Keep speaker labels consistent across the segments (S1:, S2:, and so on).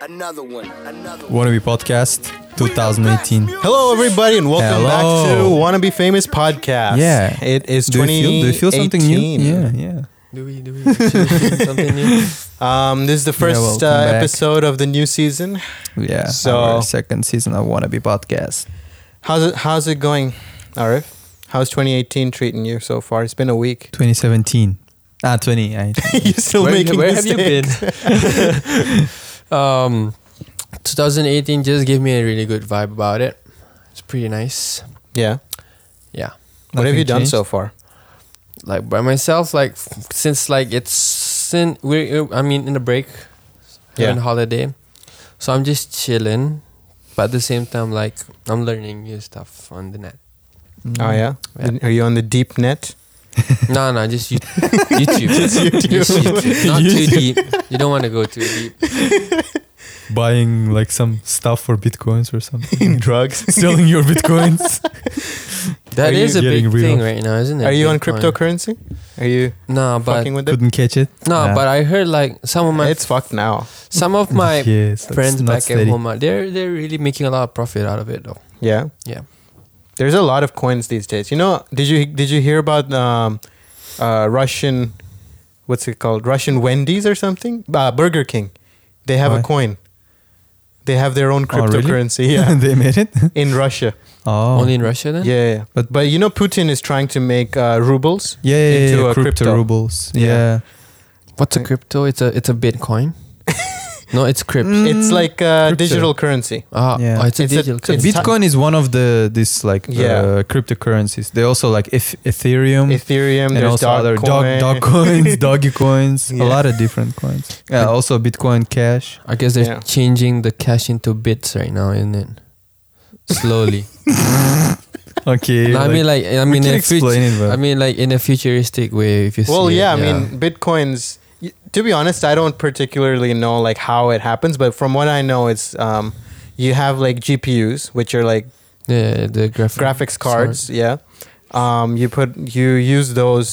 S1: Another one. Another one.
S2: Wannabe Podcast 2018.
S3: Hello, everybody, and welcome
S2: Hello.
S3: back to Wannabe Famous Podcast.
S2: Yeah.
S3: it is
S2: Do you, feel, do you feel something new?
S3: 2018.
S2: Yeah, yeah.
S4: Do we do we actually think something new?
S3: Um, this is the first
S2: welcome
S3: uh,
S2: back.
S3: episode of the new season.
S2: Yeah.
S3: So-
S2: our second season of Wannabe Podcast.
S3: How's it? How's it going, Arif? How's 2018 treating you so far? It's been a week.
S2: 2017. Ah, 20. I,
S3: You're still
S4: Where-
S3: making
S4: where have you
S3: mistakes.
S4: been? um, 2018 just gave me a really good vibe about it. It's pretty nice.
S3: Yeah.
S4: Yeah,
S3: what have
S2: Nothing
S3: you done
S2: changed?
S3: so far?
S4: like by myself. Like f- since like it's sin we are I mean in a break,
S3: Yeah.
S4: having holiday, so I'm just chilling. But at the same time, like I'm learning new stuff on the net.
S2: Mm-hmm.
S3: Oh yeah?
S4: Yeah.
S3: Are you on the deep net?
S4: No, no, just you- YouTube. just
S3: YouTube.
S4: YouTube. Not too deep. You don't want to go too deep.
S2: Mm. Buying like some stuff for bitcoins or something.
S3: Drugs.
S2: Selling your bitcoins.
S4: That
S3: Are
S4: is
S2: you
S4: a
S2: getting
S4: big
S2: rid
S4: thing
S2: of-
S4: right now, isn't it?
S3: Are you on
S4: Bitcoin.
S3: cryptocurrency? Are you
S4: No, but
S3: fucking with it?
S2: Couldn't catch it.
S4: no,
S2: Yeah.
S4: but I heard like some of my
S3: It's fucked now.
S4: some of my
S2: Yes, that's
S4: friends
S2: not
S4: back at
S2: steady.
S4: home are they're they're really making a lot of profit out of it though.
S3: Yeah.
S4: Yeah.
S3: There's a lot of coins these days. You know, did you did you hear about um, uh, Russian, what's it called? Russian Wendy's or something? Uh, Burger King. They have
S2: Why?
S3: a coin. They have their own
S2: Oh, really?
S3: cryptocurrency. Yeah,
S2: they made it.
S3: in Russia.
S2: Oh.
S4: Only in Russia then?
S3: Yeah, yeah, yeah.
S2: But-
S3: But but you know, Putin is trying to make uh, rubles.
S2: yeah, yeah, yeah,
S3: into
S2: yeah,
S3: a
S2: crypto,
S3: crypto.
S2: rubles.
S3: Yeah.
S2: Yeah.
S4: What's a crypto? It's a it's a Bitcoin. no, it's crypto.
S3: It's like uh,
S2: Crypto.
S3: digital currency.
S4: Ah,
S2: Mm. Yeah.
S4: oh, it's a
S3: It's a-
S4: digital
S3: it's
S4: currency.
S2: Bitcoin is one of the this like uh,
S3: Yeah.
S2: cryptocurrencies. They also like eth- Ethereum.
S3: Ethereum.
S2: Mm. and
S3: there's
S2: also other dog,
S3: Dogecoin.
S2: dog coins, doggy coins,
S3: Yeah.
S2: a lot of different coins. Yeah, also Bitcoin Cash.
S4: I guess they're
S3: Yeah.
S4: changing the cash into bits right now, isn't it? Slowly.
S2: Okay.
S4: no, I mean like I
S2: we
S4: mean
S2: can
S4: in a fut-
S2: explain uh, it, but
S4: I mean like in a futuristic way if you see
S3: Well,
S4: it,
S3: yeah, I mean, bitcoins. y- To be honest, I don't particularly know like how it happens, but from what I know, it's um, you have like GPUs, which are like
S4: yeah, the graphic
S3: graphics cards. Yeah, um, you put you use those.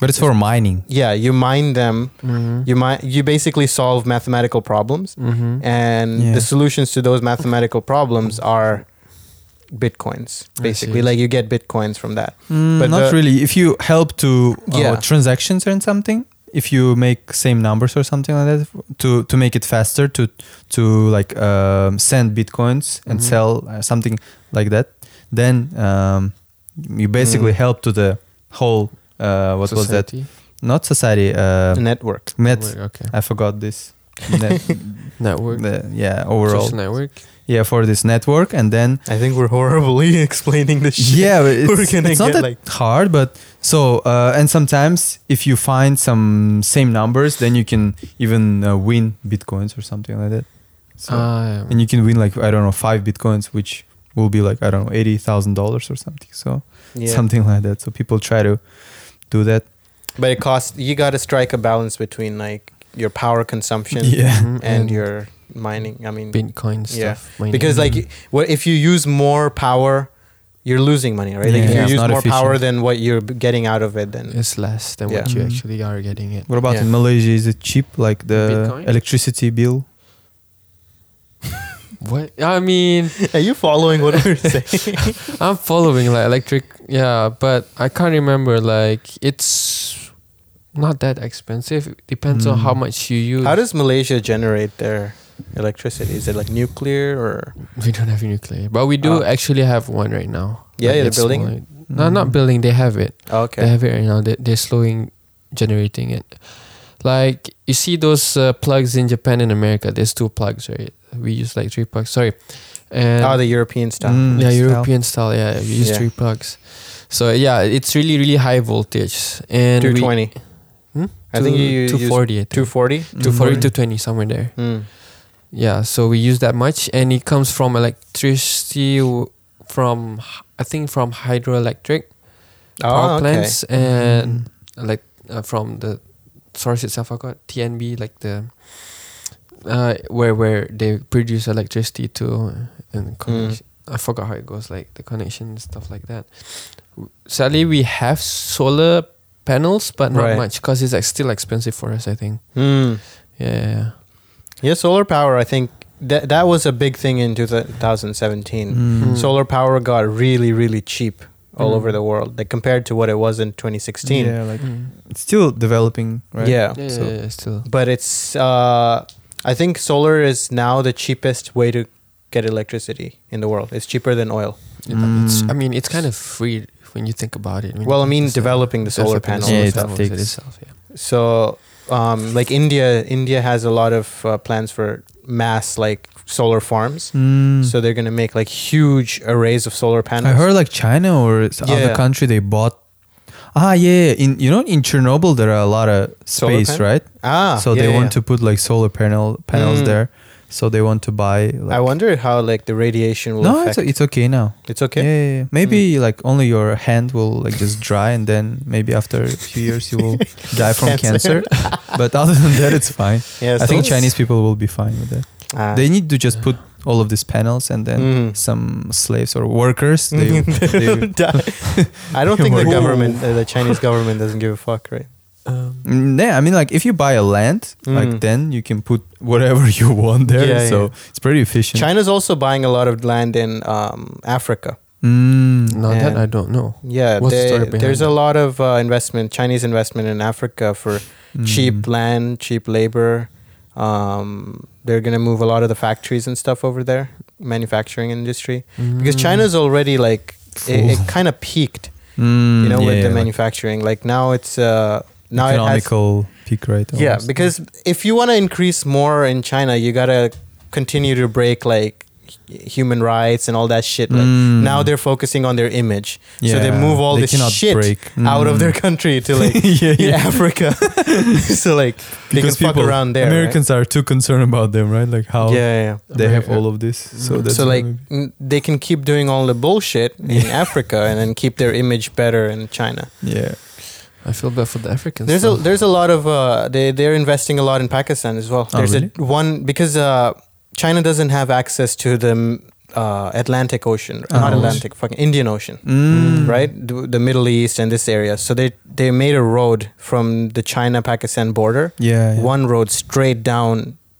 S2: but it's for mining.
S3: Yeah, you mine them.
S4: Mm-hmm.
S3: You mine. You basically solve mathematical problems,
S4: Mm-hmm.
S3: and
S2: Yeah.
S3: the solutions to those mathematical problems are bitcoins.
S4: I
S3: Basically,
S4: see.
S3: like you get bitcoins from that.
S2: but
S3: But
S2: Mm, not
S3: the-
S2: really. If you help to uh,
S3: Yeah.
S2: transactions and something, if you make same numbers or something like that to to make it faster to to like um, send bitcoins and
S4: Mhm.
S3: Mm-hmm.
S2: sell uh, something like that, then um, you basically
S3: Mm.
S2: help to the whole uh, what was that? Not society. Uh,
S3: Network.
S2: Met.
S4: Okay.
S2: I forgot this. Net,
S4: Network.
S2: Uh, the, yeah, overall.
S4: Social network.
S2: Yeah, for this network, and then
S3: I think we're horribly explaining this shit.
S2: yeah, it's,
S3: We're gonna
S2: it's not
S3: get,
S2: that
S3: like-
S2: hard, but so uh, and sometimes if you find some same numbers, then you can even uh, win bitcoins or something like that. So,
S3: Uh,
S4: Ah,
S2: and you can win like I don't know five bitcoins, which will be like I don't know eighty thousand dollars or something. So
S3: Yeah.
S2: something like that. So people try to do that.
S3: But it costs. You got to strike a balance between like your power consumption
S2: Yeah,
S4: Mhm,
S3: mm-hmm. and your mining. I mean,
S4: Bitcoin
S3: Yeah,
S4: stuff. mining.
S3: because like,
S4: Mhm.
S3: what if you use more power, you're losing money, right?
S2: Yeah.
S3: Like if
S2: Yeah, it's
S3: you use
S2: not
S3: more power
S2: efficient.
S3: than what you're b- getting out of it, then
S4: it's less than what
S2: Yeah.
S4: you
S2: Mhm.
S4: actually are getting it.
S2: What about
S3: Yeah.
S2: in Malaysia? Is it cheap? Like the
S4: Bitcoin?
S2: electricity bill?
S4: What I mean,
S3: are you following what we're saying?
S4: I'm following like electric. Yeah, but I can't remember. Like it's not that expensive. It depends on
S2: Mm.
S4: how much you use.
S3: Hmm. How does Malaysia generate their electricity? Is it like nuclear or
S4: we don't have nuclear, but we do
S3: Ah.
S4: actually have one right now.
S3: Yeah, yeah,
S4: Like,
S3: the
S4: it's
S3: building? Hmm.
S4: only- No, not
S2: Mm.
S4: building. They have it. They
S3: oh, okay?
S4: have it right now. They, they're slowing generating it. Like you see those uh, plugs in Japan and America. There's two plugs, right? We use like three plugs. Sorry, and
S3: Oh, the European stuff.
S2: Mm,
S4: yeah,
S2: style.
S4: European style. Yeah, we use
S3: Yeah.
S4: three plugs. So yeah, it's really really high voltage and we-
S3: Two twenty.
S4: Hmm?
S3: I think you
S4: two-
S3: use
S4: 240. I think.
S3: Two forty. Mm-hmm.
S4: 240
S2: Mm.
S4: 220 somewhere there.
S3: Mm.
S4: Yeah, so we use that much, and it comes from electricity w- from h- I think from hydroelectric power
S3: Oh, okay.
S4: plants
S3: Mm.
S4: and like uh, from the source itself. I got TNB, like the uh, where where they produce electricity to uh,
S3: Mm.
S4: and connection. I forgot how it goes, like the connection and stuff like that. W- Sadly, we have solar panels, but not
S3: Right.
S4: much because it's like, still expensive for us. I think.
S3: Mm.
S4: Yeah, yeah, yeah.
S3: Yeah, solar power. I think that that was a big thing in
S2: Mm.
S3: 2017.
S4: Mm.
S3: Solar power got really, really cheap all
S4: Mm.
S3: over the world, like compared to what it was in 2016.
S2: Yeah, like
S4: Mm.
S2: it's still developing, right?
S3: Yeah.
S4: Yeah,
S2: So-
S4: yeah, yeah, still.
S3: But it's, uh, I think solar is now the cheapest way to get electricity in the world. It's cheaper than oil.
S4: It- It's,
S2: Mm.
S4: I mean, it's kind of free when you think about it.
S3: Well, I mean,
S4: it's, uh,
S3: developing the solar
S4: developing
S3: panels
S2: Yeah,
S4: solar
S2: it
S4: panels
S2: takes-
S4: itself, yeah.
S3: So, um, like India, India has a lot of uh, plans for mass like solar farms.
S2: Mm.
S3: So they're gonna make like huge arrays of solar panels.
S2: I heard like China or s- other
S3: Yeah.
S2: country they bought. Ah, yeah, yeah. in you know in Chernobyl there are a lot of
S3: Solar
S2: space,
S3: panel?
S2: right?
S3: ah,
S2: so
S3: yeah,
S2: they
S3: yeah,
S2: want
S3: yeah.
S2: to put like solar panel panels
S3: Mm.
S2: there. So they want to buy. Like,
S3: I wonder how like the radiation will
S2: No,
S3: affect.
S2: it's, it's okay now.
S3: it's okay. Hmm.
S2: Yeah, yeah, yeah. Maybe like only your hand will like just dry, and then maybe after a few years you will die from cancer.
S3: Cancer.
S2: but other than that, it's fine.
S3: Yeah,
S2: I think
S3: so-
S2: Chinese people will be fine with that.
S3: Ah.
S2: They need to just put all of these panels, and then
S3: Mhm.
S2: some slaves or workers. They, they,
S3: I don't think the
S2: Whoa.
S3: government, uh, the Chinese government, doesn't give a fuck, right?
S4: Um,
S2: Mm, yeah, I mean, like if you buy a land, like
S3: Mm.
S2: then you can put whatever you want there.
S3: Yeah,
S2: so
S3: yeah.
S2: it's pretty efficient.
S3: China's also buying a lot of land in um, Africa.
S2: Mm.
S4: no, that
S3: And-
S4: I don't know.
S3: Yeah,
S4: What's the
S3: they-
S4: story behind
S3: there's
S4: that?
S3: a lot of uh, investment, Chinese investment in Africa for cheap
S2: Mm.
S3: land, cheap labor. Um, they're gonna move a lot of the factories and stuff over there, manufacturing industry, because
S4: Mm.
S2: Hmm.
S3: China's already like it, it kind of peaked,
S2: Mm,
S3: you know,
S2: yeah,
S3: with the
S2: yeah, like
S3: manufacturing. Like now it's uh, now it has
S2: economical peak rate.
S3: yeah,
S2: almost.
S3: because if you want to increase more in China, you gotta continue to break like h- human rights and all that shit. Like
S2: Mm.
S3: now they're focusing on their image, so they
S2: Yeah,
S3: move all
S2: they
S3: this
S2: cannot
S3: shit
S2: break.
S3: out of
S2: Mm.
S3: their country to like
S2: yeah,
S3: in Africa. so like they
S2: because
S3: can
S2: people
S3: fuck around there. right?
S2: Americans are too concerned about them, right? Like how
S3: Yeah, yeah.
S2: they have all of this.
S3: yeah.
S2: So Oh. that's
S3: so like
S2: why-
S3: n- they can keep doing all the bullshit in Africa and then keep their image better in China.
S2: yeah,
S4: I feel bad for the Africans.
S3: There's a
S4: though.
S3: there's a lot of uh, they they're investing a lot in Pakistan as well.
S2: Oh,
S3: There's
S2: really?
S3: a one because uh, China doesn't have access to the mm, uh, Atlantic Ocean,
S2: Oh.
S3: not Atlantic, fucking Indian Ocean,
S2: Mm.
S3: right? The, the Middle East and this area. So they they made a road from the China Pakistan border,
S2: Oh, yeah, yeah.
S3: one road straight down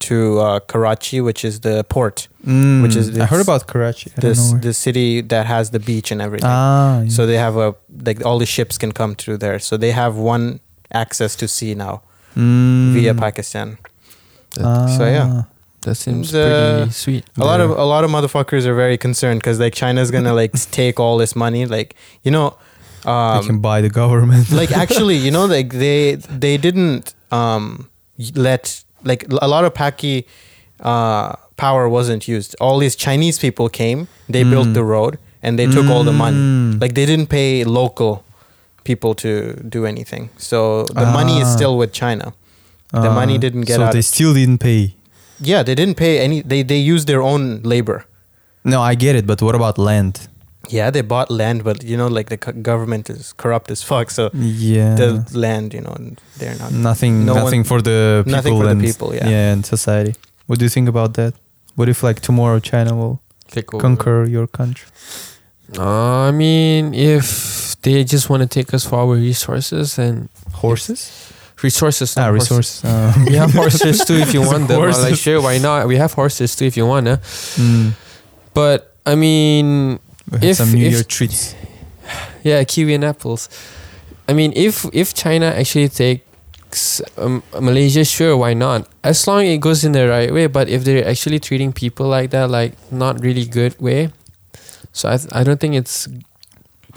S3: to uh, Karachi, which is the port,
S2: Mm.
S3: which is
S2: I heard
S3: this-
S2: about Karachi. I don't know
S3: this
S2: where.
S3: the city that has the beach and everything.
S2: ah, yeah.
S3: So they have a like all the ships can come through there. So they have one access to sea now
S2: Mm.
S3: via Pakistan.
S4: That,
S3: so, yeah.
S2: Ah.
S4: that seems
S3: uh, the-
S4: pretty sweet.
S3: A lot of a lot of motherfuckers are very concerned because like China's gonna like take all this money. Like you know,
S2: they can
S3: um,
S2: buy the government.
S3: like actually you know like they they didn't um, y- let like a lot of Paki uh, power wasn't used. All these Chinese people came, they
S2: Mm.
S3: built the road, and they took all the money.
S2: Mm.
S3: Like they didn't pay local people to do anything. So the money is
S2: Ah.
S3: still with China. The
S2: Ah,
S3: money didn't get
S2: so
S3: out.
S2: they still didn't pay.
S3: Yeah, they didn't pay any. They they used their own labor.
S2: No, I get it, but what about land?
S3: Yeah, they bought land, but you know, like the co- government is corrupt as fuck. So
S2: Yeah,
S3: the land, you know, they're not.
S2: nothing,
S3: no
S2: nothing
S3: one-
S2: for the people
S3: nothing for the
S2: and
S3: people, yeah.
S2: and society. What do you think about that? What if like tomorrow China will
S4: Take over.
S2: conquer your country?
S4: Uh, I mean, if they just want to take us for our resources and
S2: Horses?
S4: resources,
S2: Ah,
S4: not horses.
S2: resources. Ah.
S4: We have horses too if you want them. I'm Like
S2: Horses.
S4: sure, why not? We have horses too if you want. Huh?
S2: Mm.
S4: But I mean,
S2: We have
S4: If-
S2: some New
S4: if-
S2: Year treats.
S4: yeah, kiwi and apples. I mean, if if China actually takes um, Malaysia, sure, why not? As long it goes in the right way. But if they're actually treating people like that, like not really good way, so I th- I don't think it's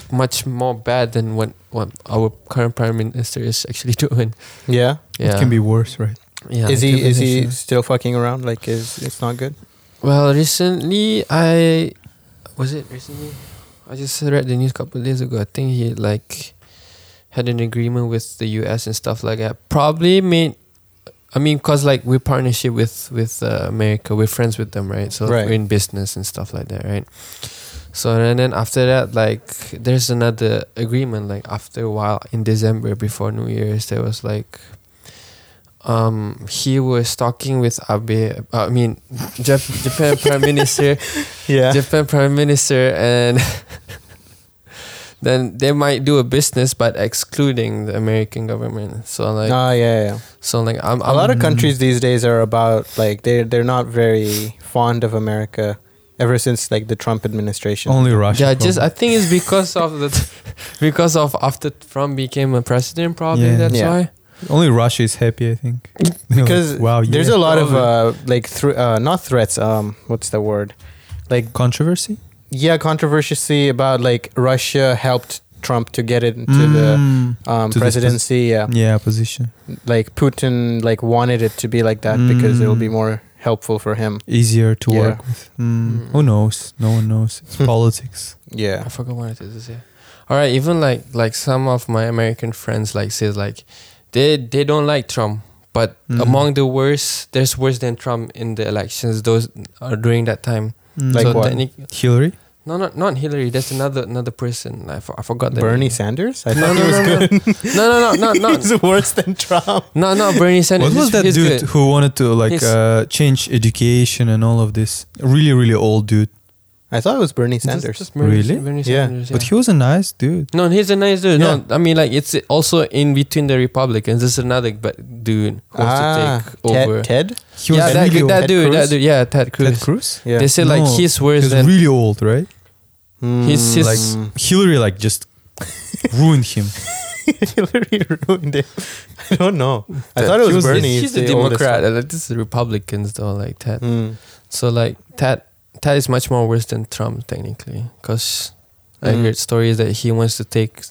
S4: much more bad than what what our current prime minister is actually doing.
S3: Yeah,
S2: It
S4: Yeah,
S2: can be worse, right?
S4: Yeah,
S3: is he
S4: it can be
S3: is he
S4: actually-
S3: still fucking around? Like, is it's not good?
S4: Well, recently I was it recently. I just read the news a couple of days ago. I think he like had an agreement with the U.S. and stuff like that. Probably made. I mean, cause like we're partnership with with uh, America. We're friends with them, right? So
S3: Right.
S4: we're in business and stuff like that, right? So and then after that, like there's another agreement. Like after a while in December before New Year's, there was like. Um, he was talking with Abe. Uh, I mean, Jap- Japan Prime Minister
S3: Yeah,
S4: Japan Prime Minister and then they might do a business but excluding the American government. So like
S3: Ah, yeah, yeah.
S4: so like I'm,
S3: a lot
S2: um,
S4: I'm-
S3: of countries these days are about like they they're not very fond of America ever since like the Trump administration.
S2: Only Russia.
S4: yeah, just I
S2: probably.
S4: think it's because of the because of after Trump became a president probably
S2: Yeah.
S4: that's
S3: Yeah.
S4: why.
S2: only Russia is happy. I think
S3: because
S2: wow,
S3: there's
S2: yeah.
S3: a lot of uh, like thr uh, not threats. Um, what's the word? Like
S2: controversy.
S3: yeah, controversy about like Russia helped Trump to get into
S2: Mm,
S3: the um,
S2: To this pos-
S3: presidency. yeah.
S2: yeah, position
S3: like Putin like wanted it to be like that because it will be
S2: Mm.
S3: more helpful for him.
S2: easier to
S3: Yeah.
S2: work with. Mm,
S4: Mm.
S2: Who knows? No one knows. It's politics.
S3: Yeah.
S4: I forgot what it is to say. All right, even like like some of my American friends like says like they they don't like Trump, but
S2: Mhm.
S4: among the worst, there's worse than Trump in the elections. Those are during that time.
S2: Mm.
S3: Like
S4: so
S3: what?
S4: technic-
S2: Hillary.
S4: no, not not Hillary. That's another another person. I, for, I forgot the
S3: Bernie
S4: name.
S3: Sanders? I
S4: No,
S3: thought
S4: no,
S3: he was
S4: no, no.
S3: good.
S4: No, no, no, no, no,
S3: He's worse than Trump.
S4: no, no. Bernie Sanders.
S2: What was
S4: he's-
S2: that
S4: he's
S2: dude
S4: good.
S2: who wanted to like
S4: He's-
S2: uh, change education and all of this? Really, really old dude.
S3: I thought it was Bernie
S4: Just-
S3: Sanders.
S4: just Bernie,
S2: Really?
S4: Bernie
S3: Yeah.
S4: Sanders. Yeah.
S2: But he was a nice dude.
S4: no, he's a nice dude.
S3: Yeah.
S4: No, I mean like it's also in between the Republicans. There's another but dude who wants to take
S3: Ah, Ted,
S4: over.
S3: Ted?
S2: He was
S4: yeah, that,
S2: really old.
S4: that,
S3: Ted
S4: dude,
S3: Cruz?
S4: that dude, yeah, Ted Cruz.
S2: Ted Cruz.
S3: Yeah.
S4: They say
S2: No,
S4: like he's
S2: He
S4: worse
S2: was
S4: than
S2: really old, right?
S3: Mm,
S4: He's- he's-
S3: like
S2: Hillary like just ruined him.
S3: Hillary ruined it. I don't know. I
S4: Ted.
S3: thought it
S4: He
S3: was, Bernie.
S4: He's,
S3: the
S4: a
S3: oldest
S4: Democrat.
S3: one.
S4: and, Like, this is Republicans though, like Ted.
S3: Mm.
S4: So like Ted, Ted is much more worse than Trump technically, because I
S3: Mm.
S4: heard stories that he wants to take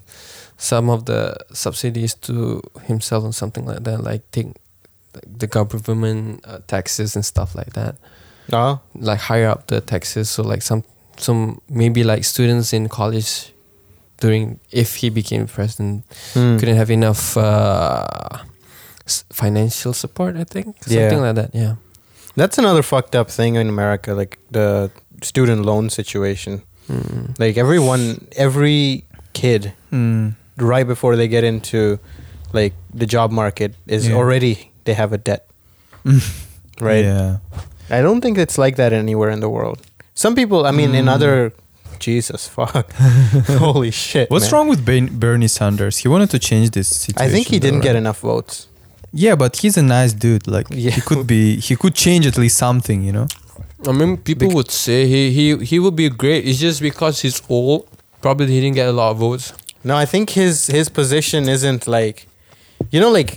S4: some of the subsidies to himself and something like that, like take like, the government uh, taxes and stuff like that.
S3: Oh,
S4: like higher up the taxes so like some some maybe like students in college during if he became president
S3: mm.
S4: couldn't have enough uh s- financial support i think something
S3: Yeah.
S4: like that yeah
S3: That's another fucked up thing in America, like the student loan situation.
S4: Mm.
S3: Like everyone, every kid,
S2: Mm.
S3: right before they get into like the job market, is
S2: Yeah.
S3: already they have a debt, right?
S2: Yeah.
S3: I don't think it's like that anywhere in the world. Some people, I mean, in
S2: Mm.
S3: other, Jesus fuck, holy shit.
S2: What's
S3: man.
S2: wrong with ben- Bernie Sanders? He wanted to change this situation.
S3: I think he
S2: though,
S3: didn't
S2: right?
S3: get enough votes.
S2: Yeah, but he's a nice dude. Like
S3: Yeah.
S2: he could be, he could change at least something, you know.
S4: i mean people
S2: Bec-
S4: would say he he he would be great it's just because he's old probably he didn't get a lot of votes
S3: No, I think his his position isn't like, you know, like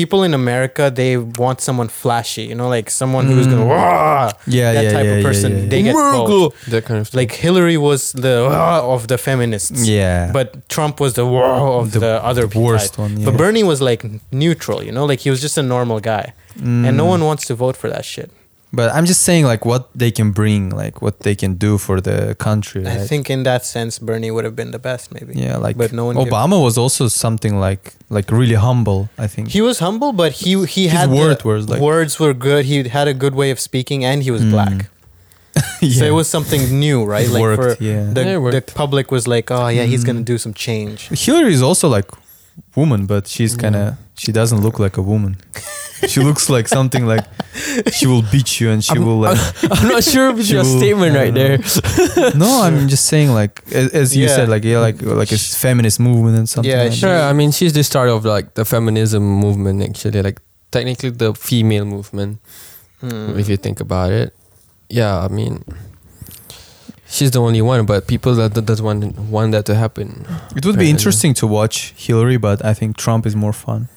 S3: people in America they want someone flashy, you know, like someone who's gonna
S2: Mm.
S3: Wah!
S2: Yeah,
S3: that
S2: yeah,
S3: type
S2: yeah,
S3: of
S2: yeah,
S3: person.
S2: yeah, yeah.
S3: They get votes.
S4: that kind of thing.
S3: Like Hillary was the Wah! of the feminists,
S2: Yeah.
S3: but Trump was the Wah! of the,
S2: The-
S3: other
S2: the worst
S3: type.
S2: one, yeah.
S3: But Bernie was like neutral, you know, like he was just a normal guy, and no
S2: Mm.
S3: one wants to vote for that shit.
S2: But I'm just saying, like, what they can bring, like, what they can do for the country.
S3: I
S2: right?
S3: think in that sense, Bernie would have been the best, maybe.
S2: yeah, like,
S3: but no one gave-
S2: Obama was also something like, like really humble. I think.
S3: He was humble, but he he
S2: His
S3: had the-
S2: word was like-
S3: words were good. He had a good way of speaking, and he was
S2: Mm.
S3: black,
S2: yeah.
S3: so it was something new, right?
S2: It
S3: like
S2: worked,
S3: for
S2: yeah.
S3: the
S4: Yeah, it
S3: the
S4: worked.
S3: public was like, oh yeah, he's
S2: Mm.
S3: gonna do some change.
S2: Hillary is also like woman, but she's
S4: Yeah.
S2: kind of she doesn't look like a woman. she looks like something like she will beat you and she will like.
S4: i'm not sure with your
S2: True.
S4: statement right there
S2: no, I'm just saying like as, as you
S3: Yeah.
S2: said, like yeah, like like a feminist movement and something.
S3: Yeah,
S2: like
S3: she-
S2: that.
S4: Sure, I mean she's the start of like the feminism movement actually, like technically the female movement
S3: Mm.
S4: if you think about it. Yeah, I mean she's the only one, but people that that doesn't want want that to happen.
S2: It would be
S4: Apparently.
S2: interesting to watch Hillary, but I think Trump is more fun.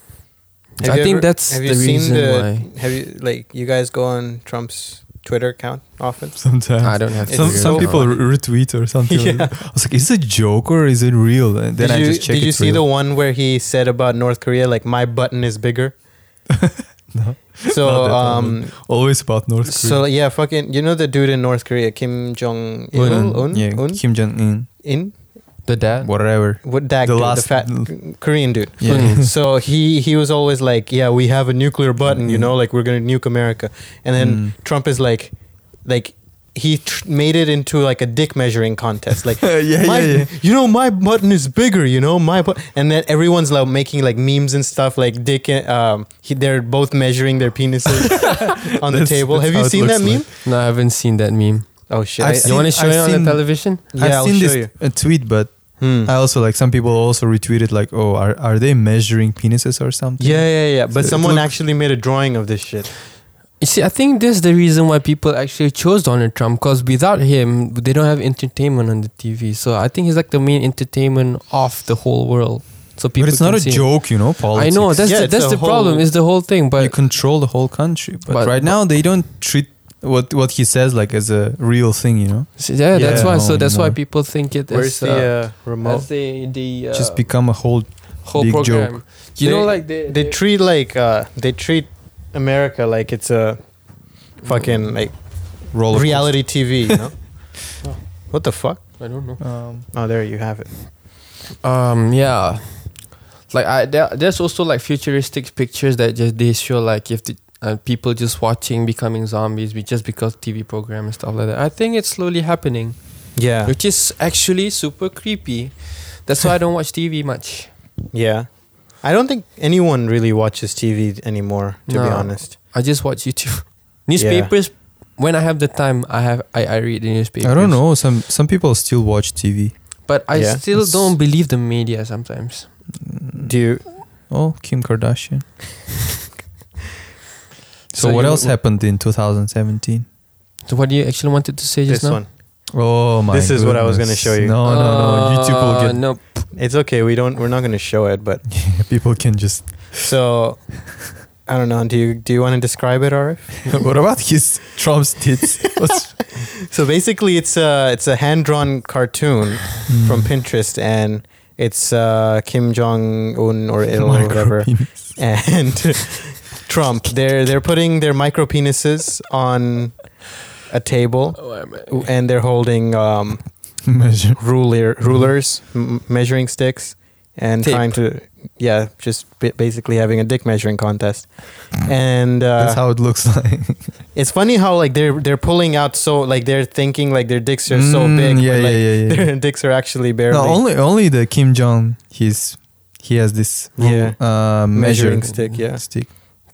S3: Have
S4: I
S3: you
S4: think
S3: ever-
S4: that's
S3: have you
S4: the
S3: seen
S4: reason
S3: the-
S4: why
S3: Have you like you guys go on Trump's Twitter account often?
S2: Sometimes.
S4: I don't have
S3: It's
S2: some
S4: to
S2: some
S3: so
S2: people
S4: Are,
S2: re- retweet or something. like
S3: Yeah.
S2: that. I was like, is it a joke or is it real? And then
S3: did
S2: I
S3: you,
S2: just check
S3: did you
S2: it's
S3: see the
S2: real.
S3: one where he said about North Korea, like my button is bigger?
S2: No, not
S3: So
S2: that one,
S3: um,
S2: Always about North Korea.
S3: so yeah, fucking, you know the dude in North Korea, Kim Jong Il,
S4: Un.
S3: Un,
S2: yeah,
S3: Un,
S2: Kim Jong Un,
S3: in
S4: the dad.
S2: whatever.
S3: what that
S2: The
S3: dude,
S2: last-
S3: the fat Korean dude.
S2: Yeah.
S3: so he he was always like, yeah, we have a nuclear button, you know, like we're gonna nuke America, and then
S2: Mm.
S3: Trump is like, like. He tr- made it into like a dick measuring contest. Like,
S2: Yeah, yeah,
S3: my,
S2: yeah.
S3: you know, my button is bigger. You know, my but, and then everyone's like making like memes and stuff. Like, dick. and- Um, he, they're both measuring their penises on the
S2: That's-
S3: table.
S2: that's
S3: Have
S2: how
S3: you
S2: it
S3: seen
S2: looks
S3: that meme?
S2: like.
S4: No, I haven't seen that meme.
S3: Oh shit!
S2: I've
S3: I-
S2: seen-
S4: You want to show
S2: I've
S4: it on
S2: seen-
S4: the television?
S3: yeah,
S2: I've
S3: I'll
S2: seen
S3: show
S2: this
S3: you.
S2: uh tweet, but
S3: Hmm.
S2: I also like some people also retweeted like, oh, are are they measuring penises or something?
S3: yeah, yeah, yeah. But
S2: So it
S3: someone
S2: look-
S3: actually made a drawing of this shit.
S4: You see, I think this is the reason why people actually chose Donald Trump because without him, they don't have entertainment on the TV. So I think he's like the main entertainment of the whole world. So people.
S2: but it's not
S4: can
S2: a
S4: see him.
S2: joke, you know. Politics.
S4: I know that's
S3: Yeah,
S4: the,
S3: it's
S4: that's
S3: a
S4: the problem.
S3: whole-
S4: Is the whole thing,
S2: you
S4: but
S2: control the whole country, but,
S4: But-
S2: right now they don't treat what what he says like as a real thing, you know.
S4: see, yeah,
S3: Yeah,
S4: that's why.
S2: no,
S4: So that's why
S2: Oh, no.
S4: people think it
S3: Where's
S4: is.
S3: the
S4: Uh,
S3: uh, remote?
S4: that's the the uh,
S2: Just become a whole
S4: whole
S2: big
S4: program. You
S3: They-
S4: know, like they
S3: they treat like uh, they treat America like it's a fucking like
S2: roller.
S3: reality TV. You know?
S4: Oh.
S3: What the fuck?
S4: I don't know.
S2: coaster. Um,
S3: Oh, there you have it.
S4: Um. Yeah. Like I, there, there's also like futuristic pictures that just they show like if the uh, people just watching becoming zombies be just because TV program and stuff like that. I think it's slowly happening,
S3: Yeah,
S4: which is actually super creepy. That's why I don't watch TV much.
S3: yeah. I don't think anyone really watches TV anymore. To be
S4: No.
S3: honest,
S4: I just watch YouTube. Newspapers. When I have the time, I have I, I read the newspapers.
S2: I don't know. Some some people still watch TV.
S4: but I
S3: Yeah.
S4: still
S2: It's-
S4: don't believe the media sometimes.
S3: do you?
S2: Oh, Kim Kardashian. so,
S4: So
S2: what
S4: you-
S2: else happened in 2017?
S4: So what do you actually wanted to say just
S3: This
S4: now?
S3: one.
S2: Oh my!
S3: This is what I was gonna
S2: goodness.
S3: show you.
S2: Oh, No, no, no! YouTube will
S4: Uh,
S2: get
S4: no.
S3: It's okay. We don't. We're not gonna show it. But
S2: people can just.
S3: so, I don't know. Do you do you want to describe it, Arif?
S2: what about his Trump's tits? What's-
S3: So basically, it's a it's a hand drawn cartoon
S2: Hmm.
S3: from Pinterest, and it's uh, Kim Jong Un or Il or
S2: Micro
S3: whatever,
S2: penis.
S3: and Trump. They're they're putting their micro penises on a table,
S4: Oh, I'm-
S3: and they're holding um,
S2: Measure.
S3: ruler rulers, m- measuring sticks, and
S4: Tape.
S3: trying to yeah, just b- basically having a dick measuring contest, and uh,
S2: That's how it looks like.
S3: it's funny how like they're they're pulling out so like they're thinking like their dicks are so
S2: Mm,
S3: big.
S2: yeah,
S3: but, like,
S2: yeah, yeah, yeah.
S3: Their dicks are actually barely.
S2: No, only only the Kim Jong. He's he has this
S3: yeah.
S2: uh,
S3: Measuring
S2: measuring
S3: stick, yeah.
S2: stick.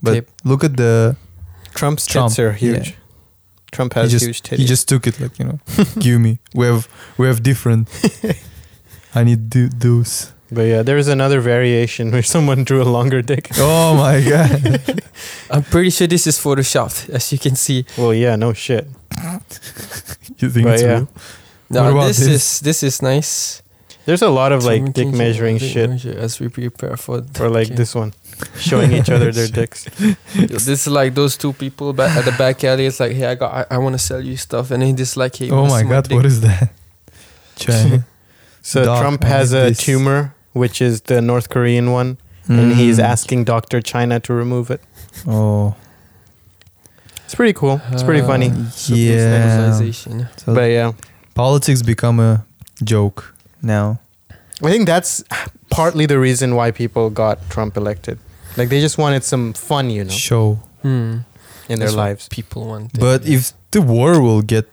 S2: But
S4: Tape.
S2: look at the
S3: Trump's
S2: Trump,
S3: tits are huge.
S2: yeah.
S3: Trump has
S2: he just
S3: huge titties.
S2: he just took it like you know, give me. We have we have different. I need do those.
S3: but yeah, there's another variation where someone drew a longer dick.
S2: Oh my god!
S4: I'm pretty sure this is photoshopped, as you can see.
S3: Well, yeah, no shit.
S2: you think
S3: But
S2: it's
S3: yeah.
S2: real? What
S4: Now
S2: about
S4: this,
S2: this?
S4: is this is nice.
S3: There's a lot of like
S4: Something
S3: dick
S4: to
S3: measuring
S4: dick
S3: shit,
S4: measure as we prepare for th-
S3: or like
S4: Okay.
S3: this one, showing each other their dicks.
S4: this is like those two people back at the back alley. It's like, hey, I got, I, I want to sell you stuff, and then this like, hey,
S2: Oh my god! What is that? China.
S3: So
S2: Doc,
S3: Trump
S2: I
S3: has
S2: need
S3: a
S2: this.
S3: tumor, which is the North Korean one, and he's
S2: Mm.
S3: asking Doctor China to remove it.
S2: Oh
S3: It's pretty
S4: Uh,
S3: cool. It's
S2: Uh,
S3: pretty funny.
S2: yeah.
S4: Civilization.
S2: So
S3: But yeah,
S2: politics become a joke now.
S3: I think that's partly the reason why people got Trump elected. Like they just wanted some fun, you know,
S2: Show.
S4: Hmm.
S3: in their
S4: That's what
S3: lives.
S4: people want.
S2: But if the war will get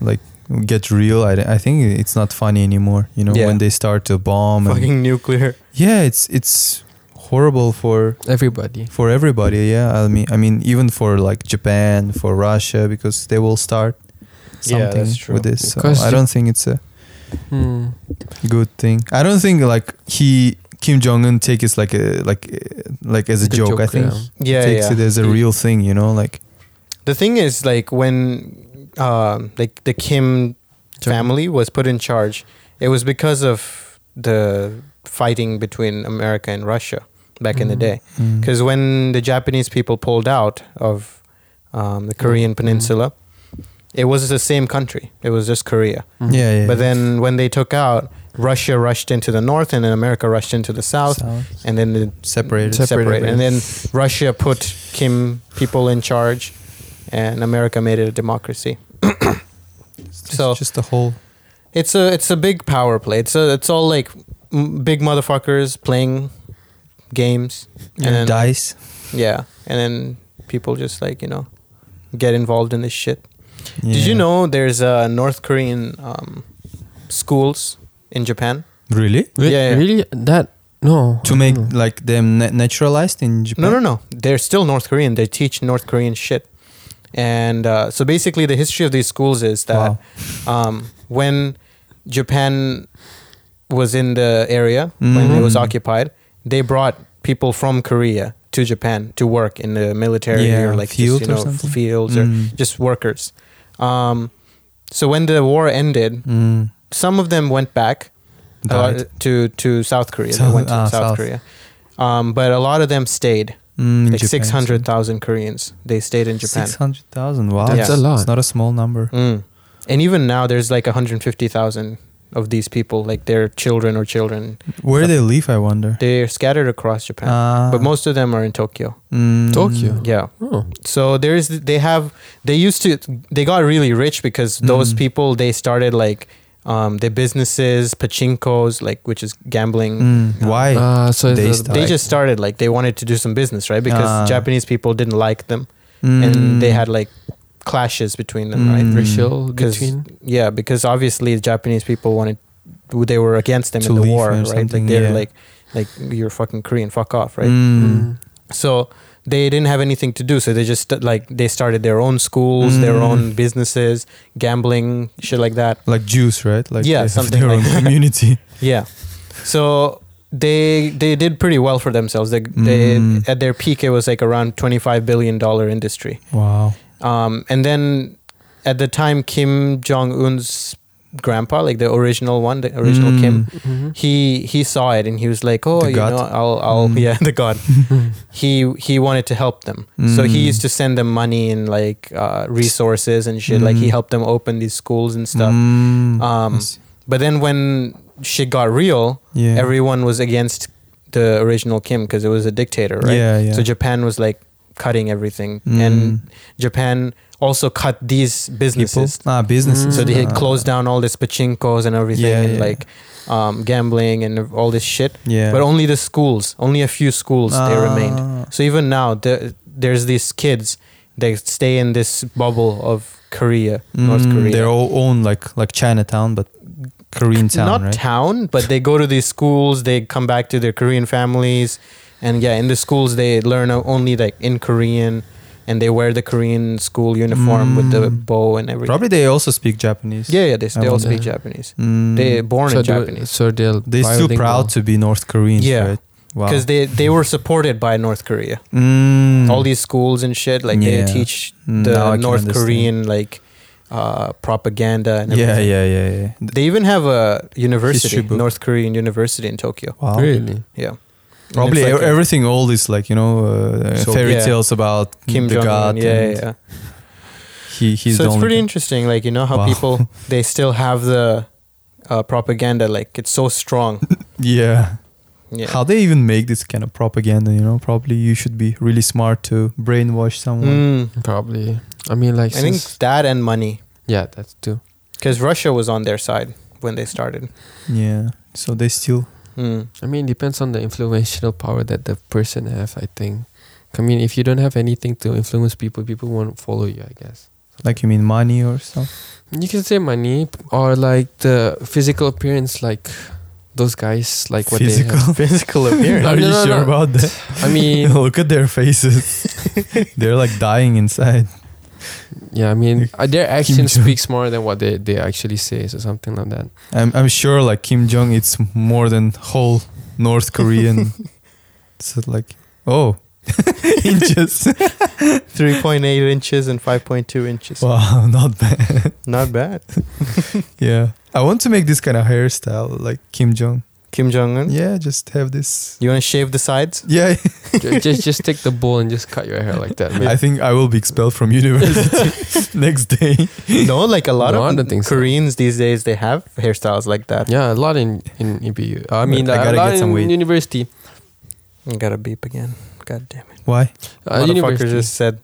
S2: like will get real, I, I think it's not funny anymore. You know
S3: Yeah.
S2: when they start to bomb. And,
S3: Fucking nuclear.
S2: yeah, it's it's horrible for
S4: everybody,
S2: for everybody. Yeah, I mean I mean even for like Japan, for Russia, because they will start something
S3: Yeah, that's true.
S2: with this. So
S4: Because
S2: I
S4: Jap-
S2: don't think it's a
S4: hmm.
S2: good thing. I don't think like he Kim Jong Un takes it like a like uh, like as a
S4: Good
S2: joke. I
S4: joke,
S2: think
S4: yeah.
S2: he
S3: Yeah,
S2: takes
S3: yeah.
S2: it as a real thing. You know, like
S3: The thing is, like when um, like the Kim
S4: Jong-
S3: family was put in charge, it was because of the fighting between America and Russia back in the
S4: Mhm.
S3: day.
S2: mm.
S3: Because when the Japanese people pulled out of um, the Korean
S2: Mm-hmm.
S3: Peninsula, it was the same country. It was just Korea.
S4: Mhm.
S2: yeah, yeah.
S3: But then when they took out, Russia rushed into the north, and then America rushed into the south,
S2: South.
S3: and then it
S2: separated.
S3: separated. And then Russia put Kim people in charge, and America made it a democracy.
S2: It's
S3: So-
S2: just the whole
S3: It's a it's a big power play. It's a, it's all like m- big motherfuckers playing games, and then,
S2: dice.
S3: yeah, and then people just like you know get involved in this shit. Did you know there's uh, North Korean um, schools in Japan?
S2: Really?
S4: Re-
S3: Yeah, yeah.
S4: really that no Hmm.
S2: To
S4: I
S2: make
S4: don't know.
S2: like them na- naturalized in Japan?
S3: Mm. No, no, no. They're still North Korean. They teach North Korean shit. And uh, so basically, the history of these schools is that um, when Japan was in the area when it was
S2: Mhm.
S3: occupied, they brought people from Korea to Japan to work in the military
S2: Yeah,
S3: or like
S2: field or
S3: just, you know,
S2: something.
S3: fields
S2: Mm.
S3: or just workers. Um, so when the war ended,
S2: Mm.
S3: some of them went back a lot-
S2: Died.
S3: to to South Korea.
S2: South-
S3: they went to
S2: ah,
S3: South,
S2: South.
S3: Korea, um, but a lot of them stayed.
S2: Mm, in
S3: like
S2: Japan,
S3: six hundred thousand Koreans, they stayed in Japan.
S2: Six hundred thousand. Wow,
S4: That's
S3: a
S4: lot.
S2: It's not a small number.
S3: Mm. And even now, there's like 150,000 of these people, like their children or children.
S2: Where they live, I wonder.
S3: They're scattered across Japan,
S2: Ah.
S3: but most of them are in Tokyo.
S2: Mm.
S4: Tokyo.
S3: Yeah.
S4: Oh,
S3: So there's they have they used to they got really rich because those
S2: Mm.
S3: people they started like um their businesses, pachinkos, like which is gambling.
S2: Mm. Why?
S4: uh, so
S2: They
S4: it's
S2: start-
S4: the,
S3: They
S2: Right.
S3: just started like they wanted to do some business, right? Because
S2: Ah.
S3: Japanese people didn't like them
S2: Mm.
S3: and they had like clashes between them, right?
S2: Mm.
S4: racial
S3: 'Cause-
S4: between
S3: Yeah, because obviously the Japanese people wanted they were against them
S2: To
S3: in the
S2: leave
S3: war,
S2: or
S3: right?
S2: something,
S3: Like they're
S2: yeah.
S3: like like you're fucking Korean, fuck off, right?
S4: Hmm.
S2: Mm.
S3: So they didn't have anything to do, so they just like they started their own schools, their
S2: Mm.
S3: own businesses, gambling, shit like that.
S2: Like Jews, right? Like
S3: Yeah,
S2: they have
S3: something
S2: their
S3: like
S2: own
S3: that.
S2: community.
S3: Yeah. So they they did pretty well for themselves. They, they
S2: Mm.
S3: at their peak it was like around 25 billion dollar industry.
S2: wow.
S3: Um, and then at the time Kim Jong Un's grandpa, like the original one, the original
S2: Mm.
S3: Kim,
S4: Mhm.
S3: he he saw it and he was like, oh,
S2: The
S3: you
S2: god.
S3: know, I'll I'll
S2: Mm.
S3: yeah, the god. he he wanted to help them, so he
S2: Mm.
S3: used to send them money and like uh, resources and shit. Like he
S2: Mm.
S3: helped them open these schools and stuff.
S2: Mm.
S3: Um,
S2: I see.
S3: But then when shit got real,
S2: yeah.
S3: everyone was against the original Kim because it was a dictator, right?
S2: Yeah, yeah.
S3: So Japan was like cutting everything,
S2: Mm.
S3: and Japan also cut these businesses.
S2: people. Ah, businesses.
S3: Mm. So they had
S2: Ah.
S3: closed down all these pachinkos and everything,
S2: Yeah,
S3: and
S2: yeah.
S3: like um, gambling and all this shit.
S2: Yeah.
S3: But only the schools, only a few schools, they remained.
S2: Ah.
S3: So even now, the, there's these kids. They stay in this bubble of Korea, North
S2: Mm,
S3: Korea.
S2: They're all own like like Chinatown, but Korean town,
S3: Not
S2: right?
S3: town, but they go to these schools. They come back to their Korean families, and yeah, in the schools they learn o- only like in Korean, and they wear the Korean school uniform with the
S2: Mm.
S3: bow and everything.
S2: Probably they also speak Japanese.
S3: Yeah, yeah, they,
S2: I
S3: they all
S2: wonder.
S3: speak Japanese.
S2: Mm,
S3: They born
S4: so
S3: in
S4: they're-
S3: Japanese.
S4: So they're
S2: they're too proud
S4: bilingual.
S2: to be North Koreans,
S3: Yeah.
S2: right? Wow.
S3: because they they were supported by North Korea.
S2: Mm.
S3: All these schools and shit, like
S2: Yeah.
S3: they teach
S2: Mm,
S3: the
S2: now I can
S3: North
S2: understand.
S3: Korean like uh, propaganda and
S2: Yeah,
S3: everything.
S2: yeah, yeah, yeah. Th-
S3: They even have a
S2: History
S3: university,
S2: book.
S3: North Korean university in Tokyo.
S2: Wow.
S4: Really?
S3: Yeah, And it's
S2: Probably
S3: like
S2: e-
S3: a
S2: everything. All this, like you know, uh,
S3: So-
S2: fairy
S3: Yeah.
S2: tales about
S3: Kim
S2: the
S3: Jong Un.
S2: god.
S3: Yeah,
S2: and
S3: yeah.
S2: He,
S3: yeah.
S2: he's
S3: So
S2: the
S3: it's
S2: only
S3: pretty
S2: guy.
S3: interesting. Like you know how
S2: Wow.
S3: people they still have the uh, propaganda. Like it's so strong.
S2: Yeah.
S3: Yeah.
S2: How they even make this kind of propaganda? You know, probably you should be really smart to brainwash someone.
S3: Mm.
S4: Probably. I mean,
S3: I
S4: like,
S3: think
S4: since-
S3: that and money,
S4: yeah, that's too.
S3: because Russia was on their side when they started.
S2: Yeah. So they still
S3: Mm.
S4: I mean, it depends on the influential power that the person have. I think. I mean, if you don't have anything to influence people, people won't follow you. I guess
S2: like you mean money or stuff.
S4: you can say money p- or like the physical appearance, like those guys, like what they
S2: physical
S4: have.
S2: physical appearance.
S4: No,
S2: Are
S4: no,
S2: you
S4: no,
S2: sure
S4: no.
S2: about that?
S4: I mean,
S2: Look at their faces. They're like dying inside.
S4: yeah, I mean, uh, their action
S2: Jong.
S4: speaks more than what they they actually say, so something like that.
S2: I'm I'm sure like Kim Jong it's more than whole North Korean. so like oh inches.
S3: Three point eight inches and five point two inches.
S2: wow, not bad.
S3: Not bad.
S2: Yeah. I want to make this kind of hairstyle like Kim Jong.
S3: Kim Jong
S4: Hmm?
S3: Un.
S2: Yeah, just have this.
S3: You want to shave the sides?
S2: Yeah,
S4: Ju- just just take the bowl and just cut your hair like that.
S2: I
S4: Man.
S2: think I will be expelled from university next day.
S3: no, like a lot
S4: No, I
S3: of
S4: don't think so.
S3: Koreans these days they have hairstyles like that.
S4: Yeah, a lot in in EBU. I mean,
S2: I
S4: uh, a
S2: gotta
S4: lot
S2: get some
S4: in
S2: weed.
S4: university.
S3: You gotta beep again. God damn it.
S2: Why?
S4: Uh,
S3: Motherfucker
S4: university.
S3: just said,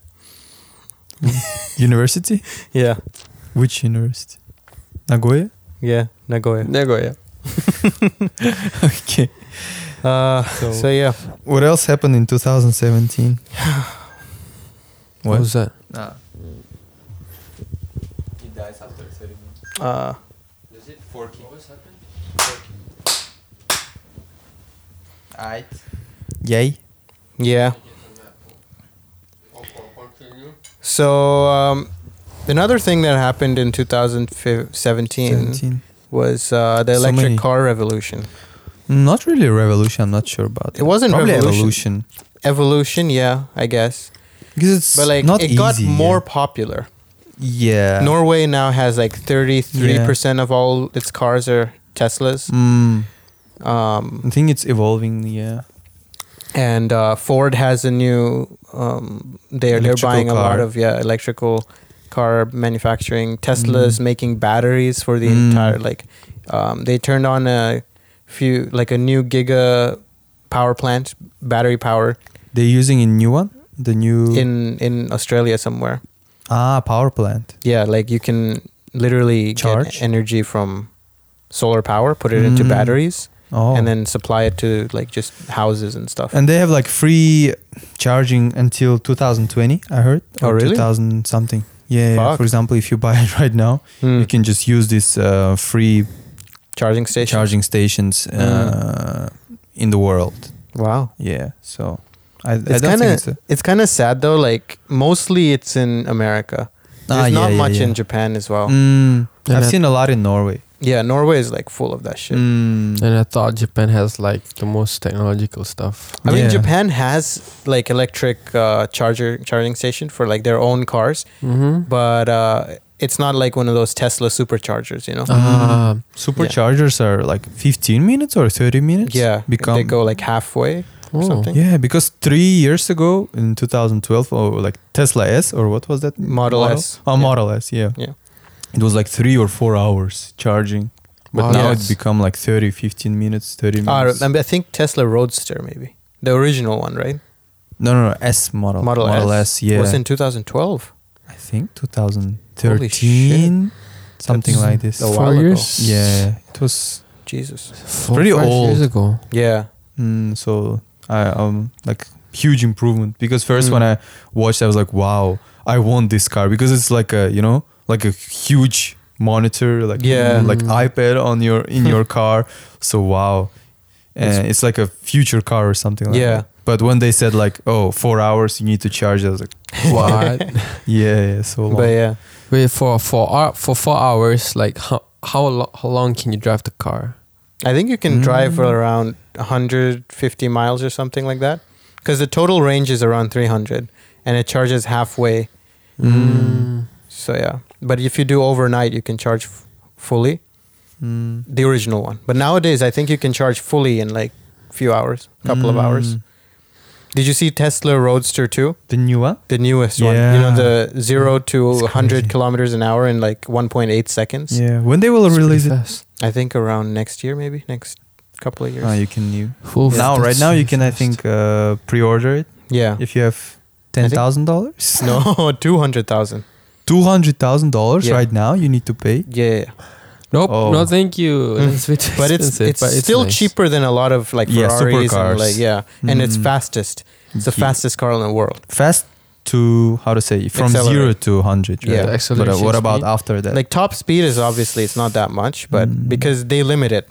S2: University?
S3: yeah,
S2: Which university? Nagoya?
S3: yeah, Nagoya.
S4: Nagoya.
S2: Okay.
S3: Uh, so, yeah,
S2: What else happened in 2017?
S4: What? was that?
S2: Ah. He dies after 30 minutes.
S3: uh,
S2: Does it forking? Alright. Yay.
S3: yeah. So um, another thing that happened in 2017
S2: 17.
S3: was uh, the
S2: So
S3: electric
S2: many.
S3: car revolution.
S2: Not really a revolution. I'm not sure about it.
S3: It wasn't
S2: probably evolution
S3: revolution. Evolution, yeah, I guess.
S2: because it's
S3: But like
S2: not
S3: it got
S2: easy,
S3: more popular.
S2: Yeah. yeah.
S3: Norway now has like 33% of all its cars are Teslas.
S2: Mm,
S3: Um,
S2: I think it's evolving. Yeah.
S3: and uh, Ford has a new um, they're
S2: Electrical
S3: they're buying a lot
S2: car.
S3: of yeah electrical car manufacturing. Tesla's making batteries for the
S2: Mm.
S3: entire like um, they turned on a few like a new giga power plant battery power
S2: They're using a new one. The new
S3: in in Australia somewhere.
S2: ah power plant.
S3: Yeah, like you can literally
S2: Charge?
S3: get energy from solar power, put it into
S2: Mm.
S3: batteries,
S2: Oh.
S3: and then supply it to like just houses and stuff.
S2: and they have like free charging until 2020. I heard.
S3: Oh, really?
S2: 2000 something. Yeah, yeah.
S3: Fuck.
S2: For example, if you buy it right now,
S3: Hmm.
S2: you can just use these uh, free
S3: charging station. Hmm.
S2: charging stations uh, in the world.
S3: Wow.
S2: Yeah. So I, I
S3: It's
S2: don't
S3: kind
S2: think it's a,
S3: of it's kind of sad though. Like mostly it's in America. There's
S2: Ah,
S3: not
S2: yeah, yeah,
S3: much
S2: yeah.
S3: in Japan as well.
S2: Mm,
S4: And
S2: I've
S4: that-
S2: seen a lot in Norway.
S3: Yeah, Norway is like full of that shit.
S2: Mm.
S4: And I thought Japan has like the most technological stuff.
S3: I mean,
S2: Yeah.
S3: Japan has like electric uh, charger charging station for like their own cars,
S4: Mm-hmm.
S3: but uh, it's not like one of those Tesla superchargers, you know?
S2: Oh,
S4: Uh,
S2: Superchargers are like 15 minutes or 30 minutes.
S3: yeah,
S2: become
S3: they go like halfway or
S4: oh.
S3: something.
S2: Yeah, because three years ago in 2012, or like Tesla S, or what was that?
S3: Model S.
S2: Oh,
S3: Yeah.
S2: Model S, yeah.
S3: Yeah.
S2: It was like three or four hours charging. But
S4: Wow.
S2: now
S3: Yes.
S2: it's become like 30, 15 minutes, 30
S3: Ah,
S2: minutes.
S3: I, I think Tesla Roadster maybe the original one, right?
S2: no, no, no, S Oh, model.
S3: Model, S,
S2: yeah.
S3: was in 2012.
S2: I think 2013, something
S3: That's
S2: like this.
S3: a
S4: Four
S3: while
S4: years?
S3: ago.
S2: Yeah, it was
S3: Jesus.
S4: Four,
S2: Pretty
S4: five
S2: old.
S4: years ago.
S3: Yeah.
S2: Mm, so I um like huge improvement because first
S3: Mm.
S2: when I watched I was like wow I want this car because it's like a you know like a huge monitor like
S3: Yeah.
S2: like
S4: Mm.
S2: iPad on your in your car so wow and it's like a future car or something like
S3: Yeah.
S2: that. but when they said like oh four hours you need to charge I was like
S4: What?
S2: yeah, yeah so long
S3: But yeah.
S4: Wait for for hou- for four hours. Like how how lo- how long can you drive the car?
S3: I think you can drive for
S2: Mm.
S3: around 150 miles or something like that. Because the total range is around 300 and it charges halfway.
S2: Mm.
S3: So, yeah. But if you do overnight, you can charge f- fully
S2: Mm.
S3: the original one. But nowadays, I think you can charge fully in like few hours, couple of hours.
S2: Mm.
S3: Did you see Tesla Roadster 2?
S2: the new one
S3: The newest one. You know,
S2: Yeah.
S3: the 0 to
S2: It's
S3: 100
S2: crazy.
S3: kilometers an hour in like 1.8 seconds.
S2: yeah when they will
S4: It's pretty
S2: release it
S4: fast.
S3: I think around next year, maybe next couple of years.
S2: Ah, you can new
S4: Oof,
S2: now right
S4: that's
S2: now you
S4: really
S2: can I
S4: fast.
S2: think uh, pre-order it
S3: yeah.
S2: if you have
S3: I
S2: ten
S3: think-
S2: thousand dollars.
S3: no, 200,000.
S2: two hundred thousand dollars
S3: Yeah.
S2: right now. You need to pay.
S3: Yeah, yeah, yeah.
S4: Nope.
S2: Oh.
S4: No, thank you.
S3: Mm.
S4: That's way too
S3: but it's
S4: expensive,
S3: it's
S4: but
S3: still
S4: nice.
S3: cheaper than a lot of like
S2: Yeah,
S3: Ferraris and
S2: supercars.
S3: like yeah, and it's
S2: Mm.
S4: Mm-hmm.
S3: fastest. It's the
S2: Yeah.
S3: fastest car in the world.
S2: Fast to how to say from zero
S3: Accelerate.
S2: to hundred.
S3: Yeah.
S2: Right?
S3: The
S2: But uh,
S4: acceleration
S2: what about
S4: speed.
S2: after that?
S3: Like top speed is obviously it's not that much, but
S4: Mm-hmm.
S2: Mm.
S3: because they limit it.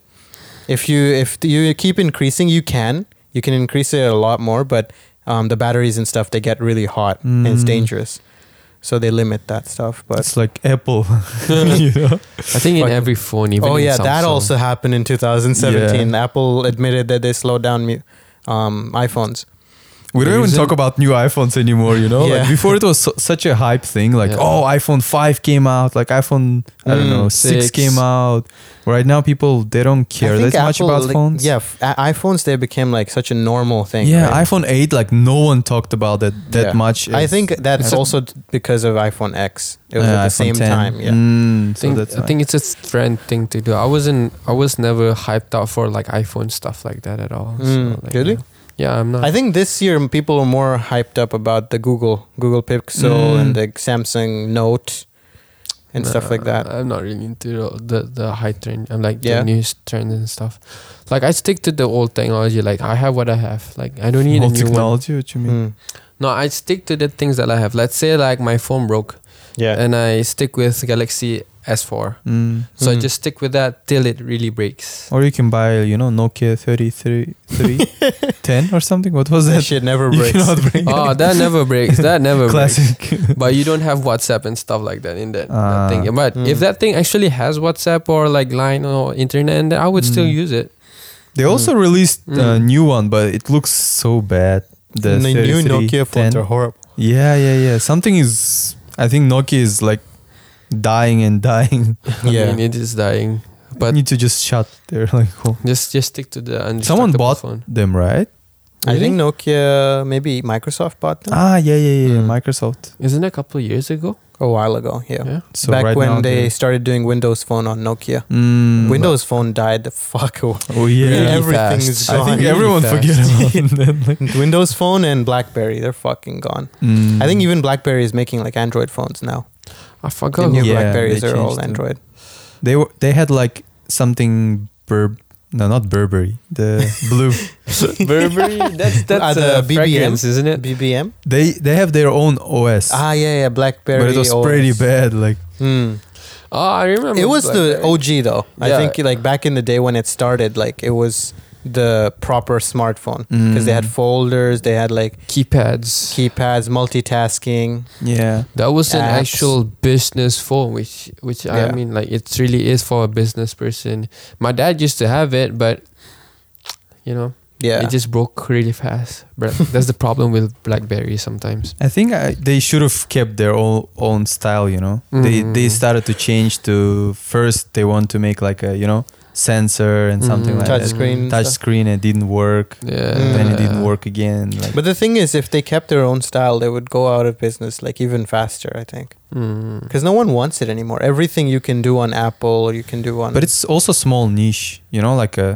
S3: If you if you keep increasing, you can you can increase it a lot more, but um, the batteries and stuff they get really hot and it's
S4: Mm-hmm.
S2: Mm.
S3: dangerous, so they limit that stuff. But
S2: it's like Apple. you know?
S4: I think in
S3: Fuck.
S4: every phone, even
S3: oh
S4: in
S3: yeah, that
S4: Samsung.
S3: also happened in 2017. Apple admitted that they slowed down mu- um, iPhones.
S2: We don't even
S4: Reason-
S2: talk about new iPhones anymore. You know,
S3: Yeah.
S2: like before it was su- such a hype thing. Like
S4: Yeah.
S2: oh, iPhone five came out. Like iPhone I don't
S3: Mm,
S2: know six,
S4: six.
S2: came out. Right now, people they don't care
S3: I
S2: that
S3: think
S2: much
S3: Apple,
S2: about
S3: like,
S2: phones.
S3: Yeah, f- i- iPhones they became like such a normal thing.
S2: yeah.
S3: right?
S2: iPhone eight. Like no one talked about that that
S3: Yeah.
S2: much.
S3: I
S2: as-
S3: think that's
S2: Yeah.
S3: also t- because of iPhone X. It was at the
S2: Uh, iPhone
S3: same
S2: 10.
S3: time. Yeah.
S2: Mm,
S4: I
S2: so
S4: think,
S2: that's
S4: I think it's a trend thing to do. I wasn't. I was never hyped out for like iPhone stuff like that at all.
S3: Mm,
S4: like,
S3: really?
S4: Yeah. Yeah, I'm not.
S3: I think this year m- people are more hyped up about the Google Google Pixel
S2: Mm.
S3: and the Samsung Note and stuff like
S4: Nah,
S3: that.
S4: I'm not really into the the, the high trend. I'm like
S3: Yeah.
S4: the new trend and stuff. Like I stick to the old technology. Like I have what I have. Like I don't need a
S2: old
S4: new one.
S2: technology. What you mean?
S3: Mm.
S4: No, I stick to the things that I have. Let's say like my phone broke,
S3: Yeah.
S4: and I stick with Galaxy S4.
S2: Mm.
S4: So I
S3: Mhm.
S4: just stick with that till it really breaks.
S2: Or you can buy, you know, Nokia 3310 or something. What was
S3: That
S2: that?
S3: shit never
S2: You
S3: breaks.
S2: cannot break.
S4: oh, that never breaks. That never breaks.
S2: Classic.
S4: But you don't have WhatsApp and stuff like that in that,
S2: Ah.
S4: that thing. But
S3: Mm.
S4: if that thing actually has WhatsApp or like Line or internet, and that, I would still
S3: Hmm.
S2: Mm.
S4: use it.
S2: They also released a
S4: Mm.
S2: new one, but it looks so bad. The,
S3: the new Nokia phones
S2: 3310.
S3: are horrible.
S2: Yeah, yeah, yeah. Something is. I think Nokia is like dying and dying.
S4: I
S3: Yeah.
S4: mean, it is dying. But
S2: Need to just shut their like home.
S4: just just stick to the undestructible
S2: Someone bought
S4: phone.
S2: them, right?
S3: I think Nokia, maybe Microsoft bought them
S2: Ah, yeah, yeah, yeah.
S4: Mm.
S2: Microsoft.
S4: Isn't it a couple of years ago?
S3: a while ago. Yeah.
S4: Yeah.
S2: So
S3: Back
S2: right now
S3: when they
S2: they're-
S3: started doing Windows Phone on Nokia.
S2: Mm,
S3: Windows Phone died the fuck away.
S2: Oh yeah.
S4: Really
S3: Everything's
S4: fast.
S2: I
S3: gone.
S2: think
S4: really
S2: everyone
S4: fast.
S2: forget about them. like-
S3: Windows Phone and BlackBerry, they're fucking gone.
S2: Mm.
S3: I think even BlackBerry is making like Android phones now.
S4: I
S3: The
S4: forgot.
S3: new
S4: who-
S2: Yeah,
S3: Blackberries
S2: they
S3: are all
S2: changed it.
S3: Android.
S2: they were. They had like something burb. No, not Burberry. The blue.
S4: Burberry. That's that's
S3: Uh, the
S2: uh,
S4: a
S3: BBM.
S4: fragrance, isn't it?
S3: BBM.
S2: They they have their own OS.
S3: Ah, yeah, yeah, BlackBerry.
S2: but it was
S3: OS.
S2: pretty bad. Like
S3: Hmm.
S4: Oh, I remember.
S3: It was the
S4: Blackberry.
S3: OG though. I
S4: Yeah.
S3: think like back in the day when it started, like it was the proper smartphone because they had
S2: Mm.
S3: folders, they had like
S4: keypads.
S3: keypads, multitasking.
S2: yeah.
S4: That was an
S3: apps.
S4: actual business phone, which which
S3: Yeah.
S4: I mean, like it really is for a business person. My dad used to have it, but you know,
S3: Yeah.
S4: it just broke really fast. But that's the problem with BlackBerry sometimes.
S2: I think I, they should have kept their own own style, you know. They
S3: Mm-hmm,
S2: they
S4: Mm.
S2: started to change to first they want to make like a you know sensor and something
S4: Mm.
S2: like
S3: touch
S2: that.
S3: screen. and
S2: Touch
S3: stuff.
S2: screen, it didn't work.
S4: Yeah,
S3: Mm-hmm. Mm.
S2: Then it didn't work again. Like,
S3: But the thing is, if they kept their own style, they would go out of business like even faster. I think
S4: Mm.
S3: because no one wants it anymore. Everything you can do on Apple, you can do on.
S2: but it's also small niche, you know, like a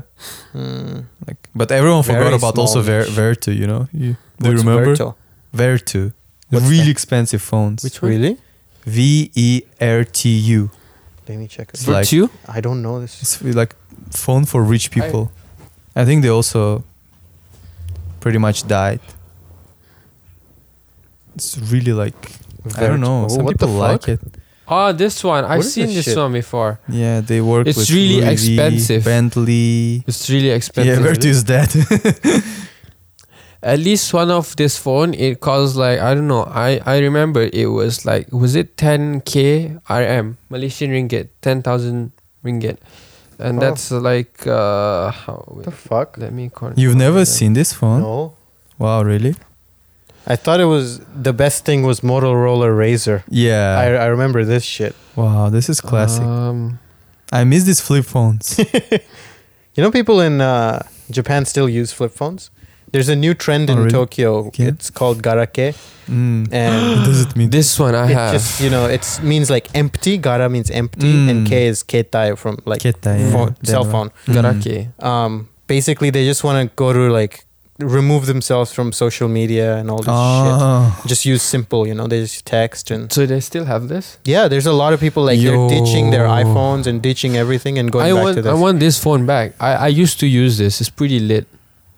S3: Hmm.
S2: like. But everyone forgot
S3: Very
S2: about also
S3: small
S2: Ver,
S3: niche.
S2: Vertu, you know. You, do you
S3: What's
S2: remember Vertu?
S3: Virtual? What's
S2: really
S3: that?
S2: expensive phones.
S4: Which one?
S3: Really?
S2: V E R T U.
S3: Let me check.
S2: It's
S3: it.
S2: like-
S4: Virtue?
S3: I don't know this.
S2: It's like phone for rich people. I, think they also pretty much died. It's really like I don't know.
S3: Virtual.
S2: Some
S3: Oh, What the
S2: people like
S3: fuck?
S2: it.
S4: Oh, this one. I've
S3: What is
S4: seen
S3: this
S4: this
S3: shit?
S4: one before.
S2: Yeah, they work
S4: It's
S2: with
S4: really
S2: Louis V,
S4: expensive.
S2: Bentley.
S4: It's really
S2: Yeah,
S4: expensive.
S2: Virtu is dead.
S4: At least one of this phone, it costs like I don't know. I I remember it was like was it 10k RM Malaysian ringgit, 10,000 ringgit, and
S3: Oh.
S4: that's like uh how wait,
S3: The fuck?
S4: let me. con-
S2: You've never
S4: calculate.
S2: seen this phone?
S3: No.
S2: Wow, really?
S3: I thought it was the best thing was Motorola Razor. I,
S2: Yeah.
S3: I remember this shit.
S2: wow, this is classic.
S4: Um,
S2: I miss these flip phones.
S3: You know, people in uh, Japan still use flip phones. There's a new trend
S2: Oh,
S3: in
S2: really?
S3: Tokyo.
S2: Okay.
S3: It's called garake,
S2: mm. What
S3: and
S2: does it mean?
S4: this one I
S3: it
S4: have.
S3: just you know it means like empty. Gara means empty, and
S2: Mm.
S3: K is ketai from like
S2: Keta, yeah,
S3: phone,
S2: that
S3: cell
S2: one.
S3: phone.
S2: Mm.
S4: Garake.
S3: Um, basically, they just want to go to like remove themselves from social media and
S2: Mm.
S3: all this
S2: Oh.
S3: shit. Just use simple. You know, they just text and
S4: So they still have this.
S3: yeah. There's a lot of people like
S4: Yo.
S3: they're ditching their iPhones and ditching everything and going
S4: I
S3: back
S4: want
S3: to
S4: I
S3: this.
S4: want this phone back. I I used to use this. It's pretty lit.